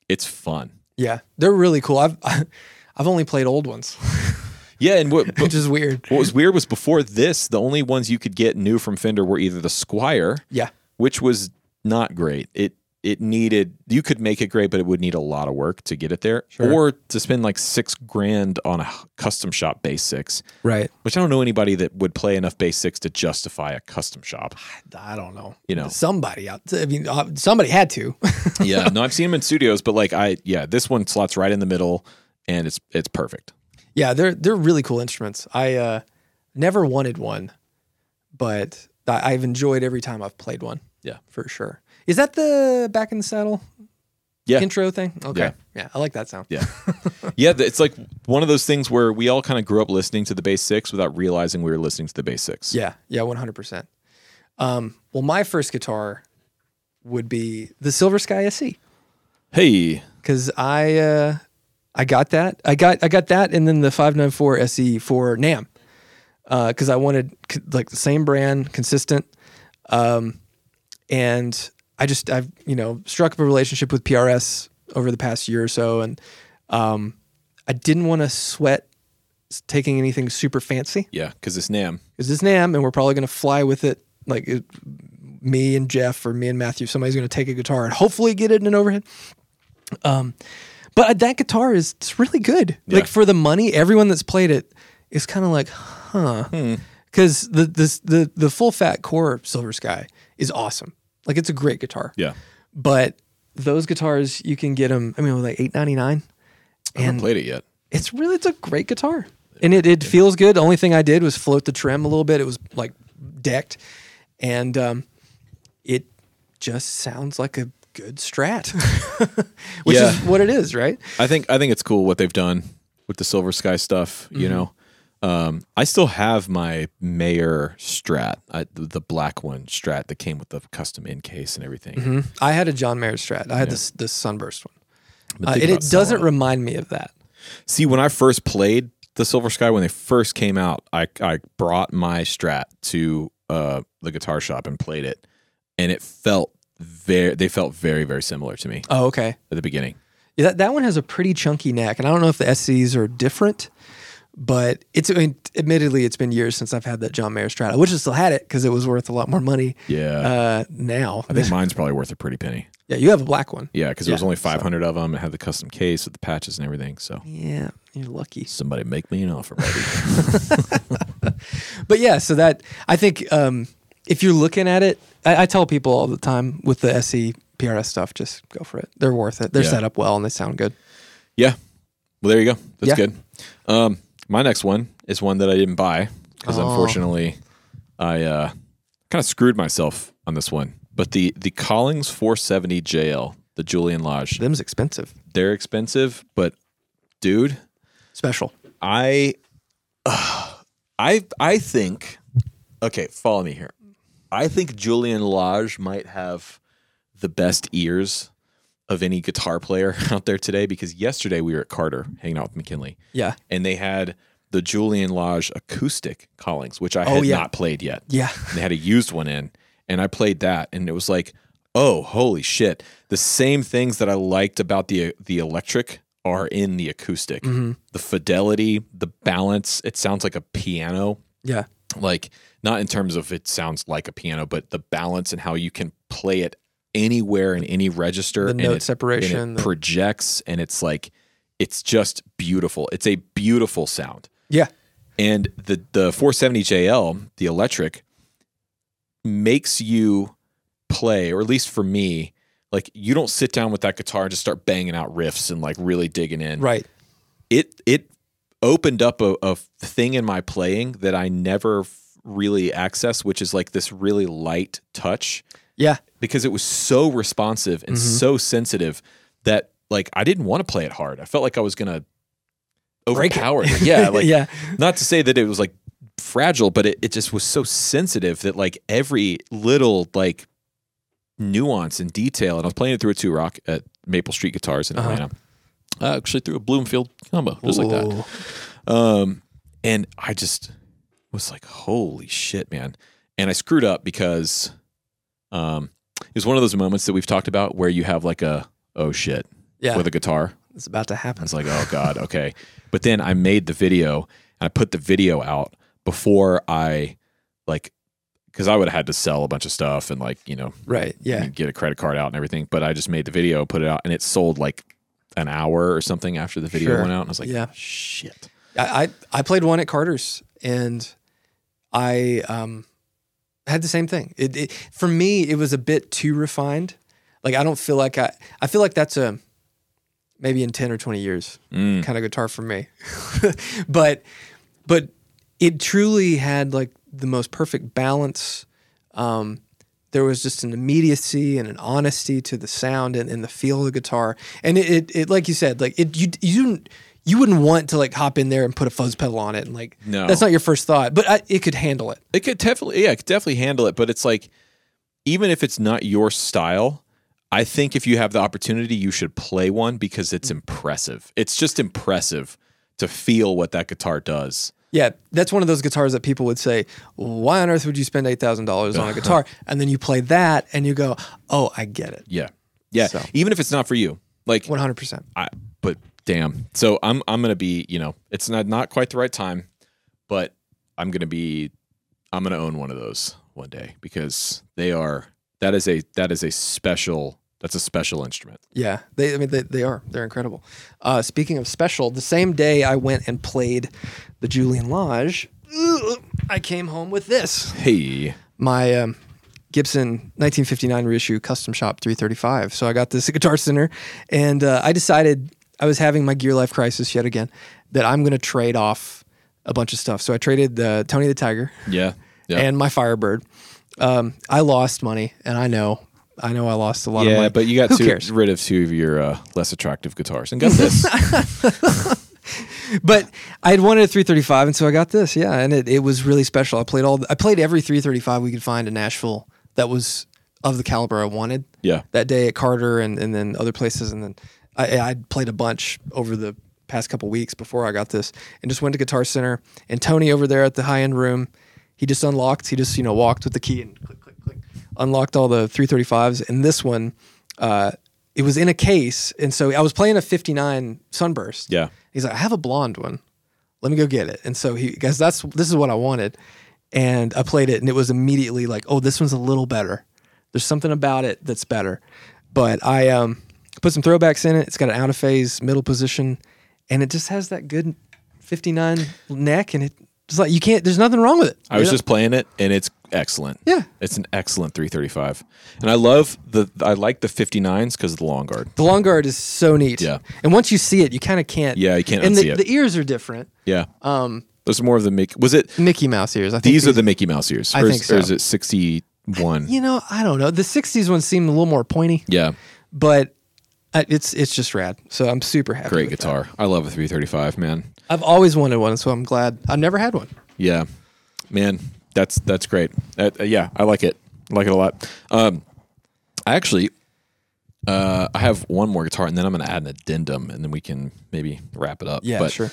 S1: it's fun.
S2: Yeah, they're really cool. I've [LAUGHS] I've only played old ones, [LAUGHS]
S1: Yeah, and what but
S2: which is weird.
S1: what was weird was before this, the only ones you could get new from Fender were either the Squire,
S2: Yeah,
S1: which was not great. It it needed you could make it great, but it would need a lot of work to get it there,
S2: Sure.
S1: or to spend like six grand on a custom shop bass six.
S2: right.
S1: which I don't know anybody that would play enough bass six to justify a custom shop.
S2: I don't know.
S1: You know,
S2: Somebody out. I mean, uh, somebody had to. [LAUGHS]
S1: yeah. No, I've seen them in studios, but like I, yeah, this one slots right in the middle, and it's it's perfect.
S2: yeah, they're they're really cool instruments. I uh, Never wanted one, but I- I've enjoyed every time I've played one.
S1: Yeah.
S2: for sure. Is that the back in the saddle?
S1: Yeah.
S2: Intro thing. Okay.
S1: Yeah.
S2: Yeah. I like that sound. [LAUGHS]
S1: Yeah. yeah, th- it's like one of those things where we all kind of grew up listening to the bass six without realizing we were listening to the bass six.
S2: Yeah, yeah, one hundred percent. Um, well, my first guitar would be the Silver Sky E. SE
S1: Hey,
S2: because I uh, I got that I got I got that and then the five nine four SE for Nam because Uh, I wanted c- like the same brand, consistent, um, and I just I've you know struck up a relationship with PRS over the past year or so, and um, I didn't want to sweat s- taking anything super fancy.
S1: yeah, because it's Nam.
S2: is this Nam, and we're probably going to fly with it. Like it, me and Jeff or me and Matthew, somebody's going to take a guitar and hopefully get it in an overhead. Um, but that guitar is it's really good.
S1: Yeah.
S2: Like for the money, everyone that's played it is kind of like,
S1: Hmm.
S2: huh? Because the this the the full fat core Silver Sky is awesome. Like it's a great guitar
S1: Yeah,
S2: but those guitars you can get them. I mean, like eight ninety nine,
S1: I haven't
S2: and
S1: played it yet.
S2: it's really it's a great guitar, and it it feels good. The only thing I did was float the trim a little bit. It was like decked, and um, it just sounds like a good Strat, [LAUGHS] which is
S1: Yeah.
S2: what it is, right?
S1: I think I think it's cool what they've done with the Silver Sky stuff. You know, um, I still have my Mayer Strat, I, the, the black one Strat that came with the custom in case and everything.
S2: I had a John Mayer Strat. I had this this Sunburst one.
S1: But
S2: Uh,
S1: think
S2: and
S1: about
S2: it
S1: selling
S2: doesn't remind me of that.
S1: See, when I first played the Silver Sky, when they first came out, I I brought my Strat to uh, the guitar shop and played it, and it felt very they felt very very similar to me
S2: Oh, okay.
S1: at the beginning.
S2: Yeah, that, that one has a pretty chunky neck, and I don't know if the SCs are different, but it's I mean, admittedly it's been years since I've had that John Mayer Strat. I wish I still had it because it was worth a lot more money
S1: Yeah,
S2: uh, now.
S1: I
S2: [LAUGHS]
S1: think mine's probably worth a pretty penny.
S2: yeah, you have a black one.
S1: Yeah, because
S2: Yeah,
S1: there was only five hundred of 'em. of them. It had the custom case with the patches and everything. So
S2: Yeah, you're lucky.
S1: somebody make me an offer, buddy.
S2: But yeah, so that I think um, if you're looking at it, I, I tell people all the time with the E SC PRS stuff, just go for it. They're worth it. They're
S1: Yeah.
S2: set up well and they sound good.
S1: yeah. Well, there you go. That's
S2: Yeah.
S1: good. Um, my next one is one that I didn't buy because
S2: Oh.
S1: unfortunately, I uh, kind of screwed myself on this one. But the the Collings 470 JL, the Julian Lodge,
S2: Them's expensive,
S1: they're expensive, but dude,
S2: special.
S1: I, [SIGHS] ugh. I, I think. Okay, follow me here. I think Julian Lodge might have the best ears of any guitar player [LAUGHS] out there today because yesterday we were at Carter hanging out with McKinley
S2: Yeah,
S1: and they had the Julian Lodge acoustic callings, which I
S2: Oh,
S1: had
S2: yeah.
S1: not played yet.
S2: yeah,
S1: And they had a used one in, and I played that, and it was like, oh, holy shit! The same things that I liked about the the electric are in the acoustic.
S2: Mm-hmm.
S1: The fidelity, the balance. It sounds like a piano,
S2: yeah,
S1: like not in terms of it sounds like a piano, but the balance and how you can play it anywhere in any register.
S2: The
S1: and
S2: note
S1: it-
S2: separation,
S1: and it
S2: the-
S1: projects, and it's like, it's just beautiful. It's a beautiful sound.
S2: yeah.
S1: And the the 470JL, the electric, makes you play, or at least for me, like you don't sit down with that guitar and just start banging out riffs and like really digging in.
S2: Right.
S1: It it opened up a, a thing in my playing that I never f- really accessed, which is like this really light touch
S2: Yeah, Mm-hmm.
S1: because it was so responsive and so sensitive that like I didn't want to play it hard. I felt like I was gonna
S2: Break it.
S1: overpower
S2: [LAUGHS]
S1: it. Yeah, like
S2: yeah.
S1: not to say that it was like fragile, but it, it just was so sensitive that like every little like nuance and detail. And I was playing it through a two rock at Maple Street Guitars in
S2: Uh-huh.
S1: Atlanta. I actually through a Bloomfield combo, just like that.
S2: Ooh.
S1: Um, and I just was like, holy shit, man. And I screwed up because um, it was one of those moments that we've talked about where you have like a, oh shit,
S2: Yeah,
S1: with a guitar.
S2: it's about to
S1: I
S2: happen.
S1: was like, oh God, okay. But then I made the video and I put the video out before I like because I would have had to sell a bunch of stuff and like, you know,
S2: Right. Yeah.
S1: and get a credit card out and everything. But I just made the video, put it out, and it sold like an hour or something after the video
S2: Sure.
S1: went out. And I was like,
S2: Yeah.
S1: shit.
S2: I, I I played one at Carter's and I um had the same thing. It, it for me it was a bit too refined. Like I don't feel like I I feel like that's a maybe in 10 or 20 years
S1: Mm.
S2: [LAUGHS] kind of guitar for me. but but it truly had like the most perfect balance. Um, there was just an immediacy and an honesty to the sound and, and the feel of the guitar. And it, it, it like you said, like it, you, you didn't, you wouldn't want to like hop in there and put a fuzz pedal on it and like
S1: No.
S2: that's not your first thought, but I, it could handle it.
S1: It could definitely, yeah, it could definitely handle it. But it's like, even if it's not your style, I think if you have the opportunity, you should play one because it's
S2: Mm.
S1: impressive. It's just impressive to feel what that guitar does.
S2: Yeah, that's one of those guitars that people would say, "Why on earth would you spend eight thousand dollars on a guitar?" And then you play that, and you go, "Oh, I get it,
S1: Yeah, yeah.
S2: So-
S1: Even if it's not for you, like,
S2: one hundred percent."
S1: I, but damn. So I'm I'm gonna be, you know, it's not not quite the right time, but I'm gonna be, I'm gonna own one of those one day because they are that is a that is a special that's a special instrument.
S2: Yeah, they. I mean, they, they are. They're incredible. Uh, speaking of special, the same day I went and played the Julian Lodge, I came home with this
S1: Hey,
S2: my um, Gibson 1959 reissue custom shop 335. So I got this [LAUGHS] at Guitar Center, and uh, I decided I was having my gear life crisis yet again that I'm going to trade off a bunch of stuff. So I traded the Tony the Tiger.
S1: yeah, yeah,
S2: and my Firebird. Um, I lost money, and I know, I know, I lost a lot of
S1: yeah.
S2: money.
S1: But you got
S2: Who
S1: two,
S2: cares?
S1: rid of two of your uh, less attractive guitars and got this.
S2: [LAUGHS] But I had wanted a 335, and so I got this. Yeah, and it, it was really special. I played all, I played every 335 we could find in Nashville that was of the caliber I wanted.
S1: yeah,
S2: That day at Carter, and and then other places, and then I, I played a bunch over the past couple weeks before I got this, and just went to Guitar Center. And Tony over there at the high end room, he just unlocked. He just you know walked with the key and click click click, unlocked all the 335s. And this one, uh, it was in a case, and so I was playing a 59 Sunburst.
S1: yeah.
S2: He's like, I have a blonde one. Let me go get it. And so he guys, that's this is what I wanted. And I played it and it was immediately like, oh, this one's a little better. There's something about it that's better. But I um put some throwbacks in it. It's got an out of phase middle position and it just has that good 59 neck and it it's like you can't there's nothing wrong with it.
S1: I was just playing it, and it's excellent.
S2: Yeah.
S1: it's an excellent 335, and I love the I like the 59s because of the long guard.
S2: the long guard is so neat.
S1: Yeah.
S2: And once you see it, you kind of can't
S1: Yeah, you can't
S2: And
S1: unsee
S2: the,
S1: it.
S2: the ears are different.
S1: Yeah,
S2: Um
S1: those are more of the Mickey. Was it
S2: Mickey Mouse ears. I think
S1: These are the Mickey Mouse ears.
S2: I
S1: or, is-
S2: think so.
S1: or is it 61?
S2: you know, I don't know. The 60s ones seem a little more pointy.
S1: Yeah.
S2: but uh, it's it's just rad. So I'm super happy.
S1: Great
S2: with that.
S1: guitar. I love a 335, man.
S2: I've always wanted one, so I'm glad I've never had one.
S1: Yeah. Man, that's that's great. Uh, uh, yeah, I like it. I like it a lot. Um I actually uh I have one more guitar and then I'm going to add an addendum and then we can maybe wrap it up.
S2: Yeah, sure.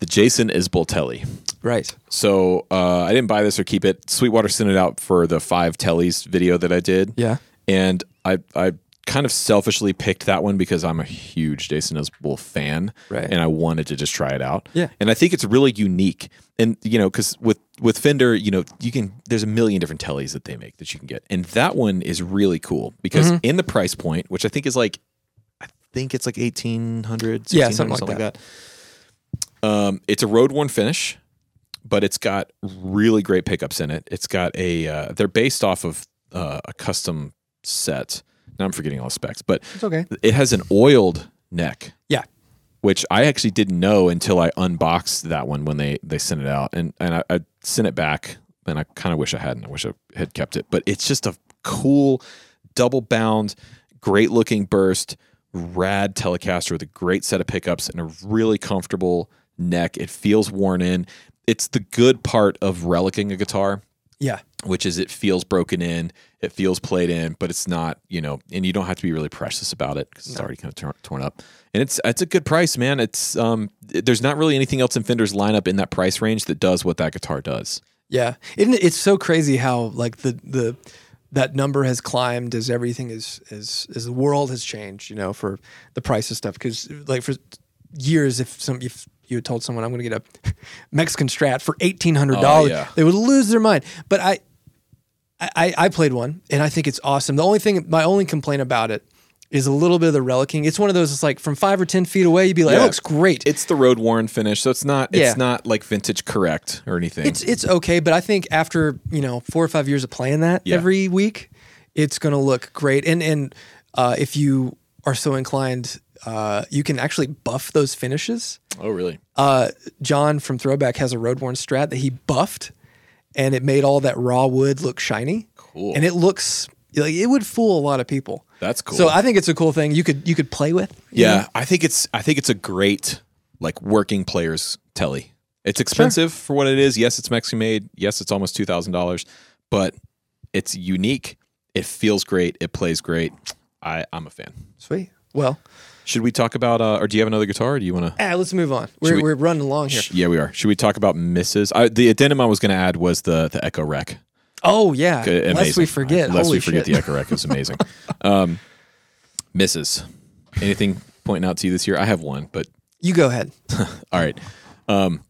S1: The Jason Isbell-Telly.
S2: Right.
S1: So, uh I didn't buy this or keep it. Sweetwater sent it out for the 5 Tellys video that I did.
S2: Yeah.
S1: and I I kind of selfishly picked that one because I'm a huge Jason Isbell fan,
S2: Right.
S1: And I wanted to just try it out,
S2: Yeah.
S1: And I think it's really unique, and you know, because with with Fender, you know, you can there's a million different tellies that they make that you can get, and that one is really cool because
S2: Mm-hmm.
S1: in the price point, which I think is like, I think it's like 1800,
S2: Yeah,
S1: 1600,
S2: something like
S1: that. Um, it's a road worn finish but it's got really great pickups in it. It's got a uh, they're based off of uh, a custom set. Now I'm forgetting all the specs, but
S2: It's okay.
S1: it has an oiled neck,
S2: Yeah.
S1: which I actually didn't know until I unboxed that one when they they sent it out, and and I, I sent it back, and I kind of wish I hadn't. I wish I had kept it, but it's just a cool double bound, great looking burst, rad Telecaster with a great set of pickups and a really comfortable neck. It feels worn in. It's the good part of relicing a guitar
S2: Yeah.
S1: which is it feels broken in, it feels played in, but it's not, you know, and you don't have to be really precious about it because it's already kind of tor- torn up. And it's it's a good price, man. It's um, th- there's not really anything else in Fender's lineup in that price range that does what that guitar does.
S2: Yeah. Isn't it, it's so crazy how like the the that number has climbed as everything is as as the world has changed. You know, for the price of stuff because like for years, if some if you had told someone I'm going to get a [LAUGHS] Mexican Strat for eighteen hundred dollars,
S1: Oh, yeah.
S2: they would lose their mind. But I I, I played one and I think it's awesome. The only thing, my only complaint about it is a little bit of the relicking. It's one of those, it's like from five or 10 feet away, you'd be like,
S1: Yeah.
S2: it looks great.
S1: It's the road worn finish, so it's not
S2: Yeah.
S1: it's not like vintage correct or anything.
S2: It's, it's okay. But I think after, you know, four or five years of playing that
S1: Yeah.
S2: every week, it's going to look great. And, and, uh, if you are so inclined, uh, you can actually buff those finishes.
S1: Oh, really?
S2: Uh, John from Throwback has a road worn strat that he buffed, and it made all that raw wood look shiny.
S1: Cool.
S2: And it looks like it would fool a lot of people.
S1: That's cool.
S2: So I think it's a cool thing you could you could play with. you
S1: yeah,
S2: know?
S1: I think it's I think it's a great like working players telly. It's expensive for what it is. Yes, it's Mexican made. Yes, it's almost two thousand dollars, but it's unique. It feels great. It plays great. I I'm a fan.
S2: Sweet. Well,
S1: Should we talk about uh, or do you have another guitar? Or do you want to?
S2: ah, let's move on. We're,
S1: we-
S2: we're running along here.
S1: Yeah, we are. Should we talk about Mrs. I, the addendum I was going to add was the the Echo Rec.
S2: Oh yeah.
S1: Okay,
S2: Lest
S1: amazing.
S2: we forget.
S1: Unless
S2: Holy
S1: we forget
S2: shit.
S1: the Echo Rec is amazing. [LAUGHS] um, Mrs. Anything pointing out to you this year? I have one, but
S2: You go ahead.
S1: all right. Um,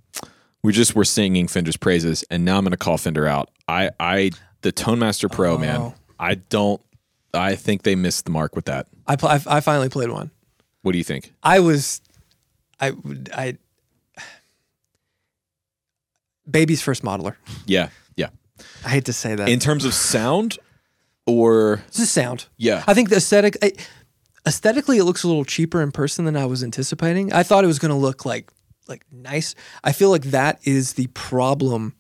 S1: we just were singing Fender's praises, and now I'm going to call Fender out. I, I, the ToneMaster Pro, man.
S2: Oh.
S1: I don't. I think they missed the mark with that.
S2: I, pl- I I finally played one.
S1: What do you think?
S2: I was, I would I. Baby's first modeler.
S1: Yeah, yeah.
S2: I hate to say that.
S1: In terms of sound, or
S2: it's just sound.
S1: yeah,
S2: I think the aesthetic, I, aesthetically, it looks a little cheaper in person than I was anticipating. I thought it was going to look like like nice. I feel like that is the problem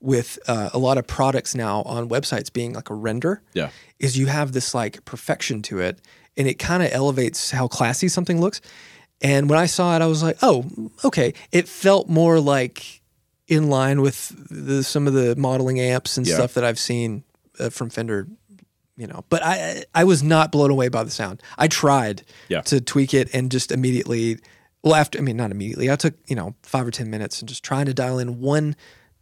S2: with uh, a lot of products now on websites being like a render.
S1: yeah,
S2: Is you have this like perfection to it, and it kind of elevates how classy something looks. And when I saw it, I was like, oh, okay. It felt more like in line with the, some of the modeling amps and
S1: Yeah.
S2: stuff that I've seen uh, from Fender, you know. But I I was not blown away by the sound. I tried
S1: Yeah.
S2: to tweak it and just immediately, well, after I mean not immediately. I took you know five or ten minutes and just trying to dial in one,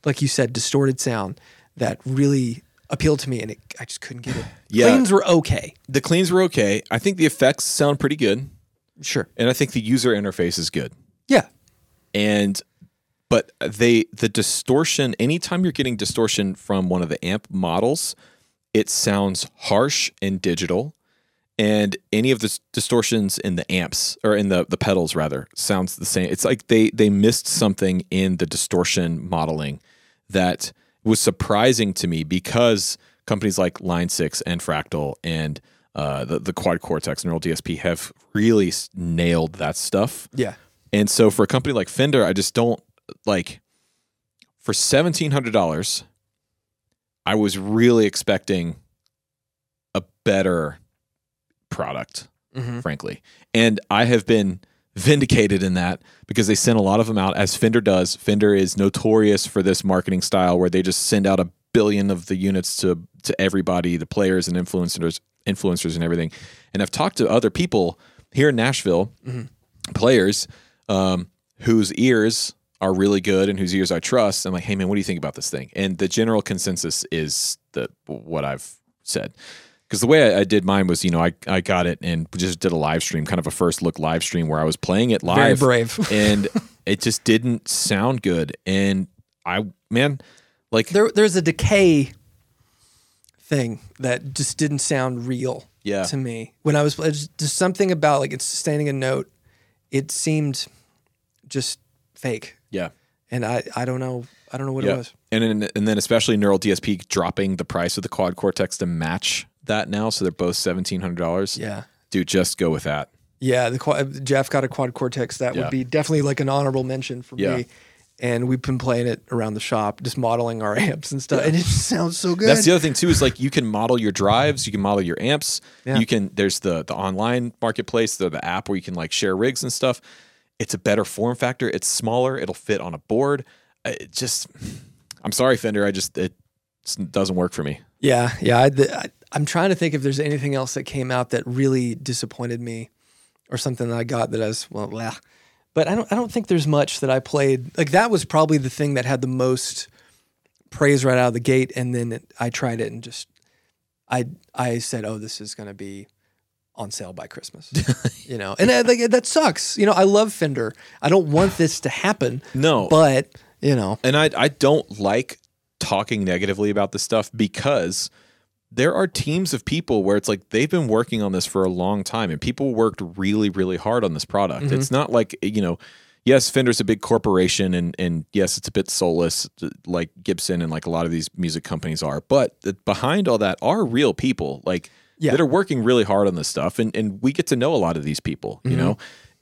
S2: like you said, distorted sound that really appealed to me, and it, I just couldn't get it.
S1: Yeah.
S2: Cleans were okay,
S1: The cleans were okay. I think the effects sound pretty good,
S2: sure,
S1: and I think the user interface is good.
S2: yeah,
S1: and but they the distortion anytime you're getting distortion from one of the amp models it sounds harsh and digital and any of the s- distortions in the amps or in the the pedals rather sounds the same it's like they they missed something in the distortion modeling that was surprising to me because companies like line 6 and fractal and uh, the, the quad cortex neural dsp have really s- nailed that stuff
S2: yeah,
S1: and so for a company like Fender, I just don't like for seventeen hundred dollars, I was really expecting a better product,
S2: mm-hmm.
S1: frankly. And I have been vindicated in that because they sent a lot of them out as Fender does. Fender is notorious for this marketing style where they just send out a billion of the units to to everybody, the players and influencers influencers and everything. And I've talked to other people here in Nashville players um, whose ears are really good and whose ears I trust. I'm like, hey man, what do you think about this thing? And the general consensus is that what I've said. Because the way I, I did mine was, you know, I, I got it and just did a live stream, kind of a first look live stream where I was playing it
S2: very
S1: live
S2: brave. [LAUGHS]
S1: and it just didn't sound good. And I, man, like,
S2: there there's a decay thing that just didn't sound real
S1: Yeah.
S2: to me when I was there's just something about like it's sustaining a note it seemed just fake
S1: yeah.
S2: and I I don't know I don't know what
S1: Yeah.
S2: it was
S1: And then, and then especially Neural DSP dropping the price of the quad cortex to match that now. So they're both $1,700.
S2: yeah
S1: Dude, just go with that.
S2: yeah the quad, Jeff got a quad cortex that
S1: Yeah.
S2: would be definitely like an honorable mention for
S1: Yeah.
S2: me and we've been playing it around the shop just modeling our [LAUGHS] amps and stuff and it just sounds so good
S1: That's the other thing too is like you can model your drives, you can model your amps.
S2: Yeah.
S1: You can there's the the online marketplace, the the app where you can like share rigs and stuff. It's a better form factor. It's smaller. It'll fit on a board. Uh, It just, I'm sorry, Fender. I just it s- doesn't work for me.
S2: Yeah, yeah. I, the, I, I'm trying to think if there's anything else that came out that really disappointed me, or something that I got that I was well, bleh. but I don't. I don't think there's much that I played. Like that was probably the thing that had the most praise right out of the gate, and then it, I tried it and just, I I said, oh, this is gonna be on sale by Christmas, you know, and I, like, that sucks. You know, I love Fender. I don't want this to happen,
S1: No,
S2: but you know,
S1: and I I don't like talking negatively about this stuff because there are teams of people where it's like they've been working on this for a long time and people worked really really hard on this product. It's not like, you know, yes, Fender's a big corporation and and yes, it's a bit soulless like Gibson and like a lot of these music companies are, but behind all that are real people. Like
S2: Yeah.
S1: that are working really hard on this stuff, and and we get to know a lot of these people, you know,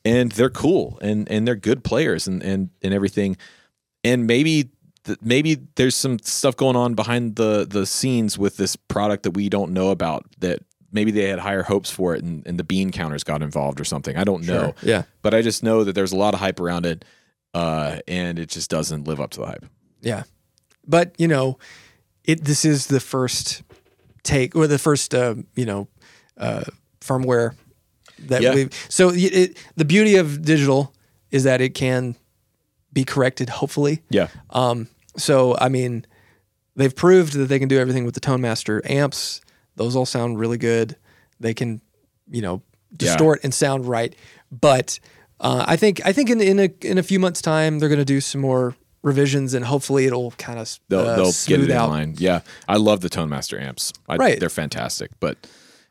S1: and they're cool and and they're good players and and and everything, and maybe. th- Maybe there's some stuff going on behind the the scenes with this product that we don't know about. That maybe they had higher hopes for it, and, and the bean counters got involved or something. I don't know
S2: Yeah.
S1: but I just know that there's a lot of hype around it, uh, and it just doesn't live up to the hype.
S2: Yeah. But, you know, it this is the first take or the first uh, you know, uh, firmware that
S1: Yeah.
S2: we so y- it, the beauty of digital is that it can be corrected hopefully.
S1: Yeah,
S2: Um so I mean they've proved that they can do everything with the Tone Master amps. Those all sound really good. They can, you know,
S1: Yeah.
S2: distort and sound right. But uh, I think I think in in a in a few months time they're going to do some more revisions and hopefully it'll kind of
S1: they'll,
S2: uh,
S1: they'll get
S2: smooth
S1: it in
S2: out.
S1: line. Yeah, I love the Tone Master amps. I,
S2: Right.
S1: they're fantastic. But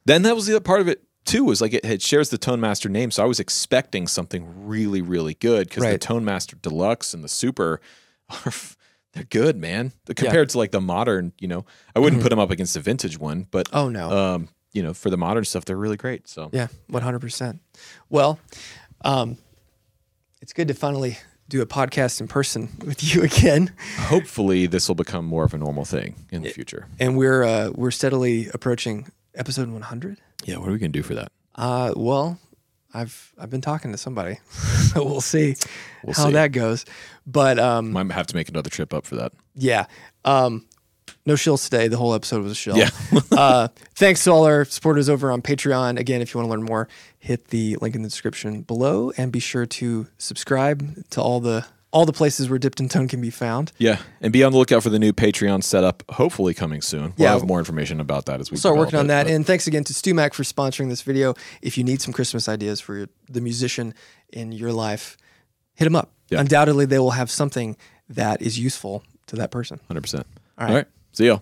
S1: then that was the other part of it too was like it, it shares the Tone Master name, so I was expecting something really really good because the
S2: Right.
S1: Tone Master Deluxe and the Super are. They're good, man. Compared to like the modern, you know, I wouldn't put them up against the vintage one, but
S2: Mm-hmm. Oh no.
S1: um, you know, for the modern stuff, they're really great. So
S2: yeah, 100%. Well, um it's good to finally do a podcast in person with you [LAUGHS] again.
S1: hopefully, this will become more of a normal thing in the future.
S2: And we're uh, we're steadily approaching episode 100.
S1: Yeah, what are we gonna do for that?
S2: Uh, well, I've I've been talking to somebody, [LAUGHS] so we'll see how
S1: see.
S2: that goes. But um,
S1: Might have to make another trip up for that.
S2: yeah, um, no shills today. The whole episode was a shill.
S1: Yeah.
S2: [LAUGHS] uh, thanks to all our supporters over on Patreon. Again, if you want to learn more, hit the link in the description below, and be sure to subscribe to all the all the places where Dipped in Tone can be found.
S1: Yeah, and be on the lookout for the new Patreon setup, hopefully coming soon. We'll
S2: Yeah.
S1: have more information about that as we
S2: Start
S1: develop
S2: working on
S1: it,
S2: that.
S1: but-
S2: And thanks again to Stu Mac for sponsoring this video. If you need some Christmas ideas for your, the musician in your life, hit him up.
S1: Yeah.
S2: Undoubtedly, they will have something that is useful to that person.
S1: 100%.
S2: All
S1: All
S2: right.
S1: right. See y'all.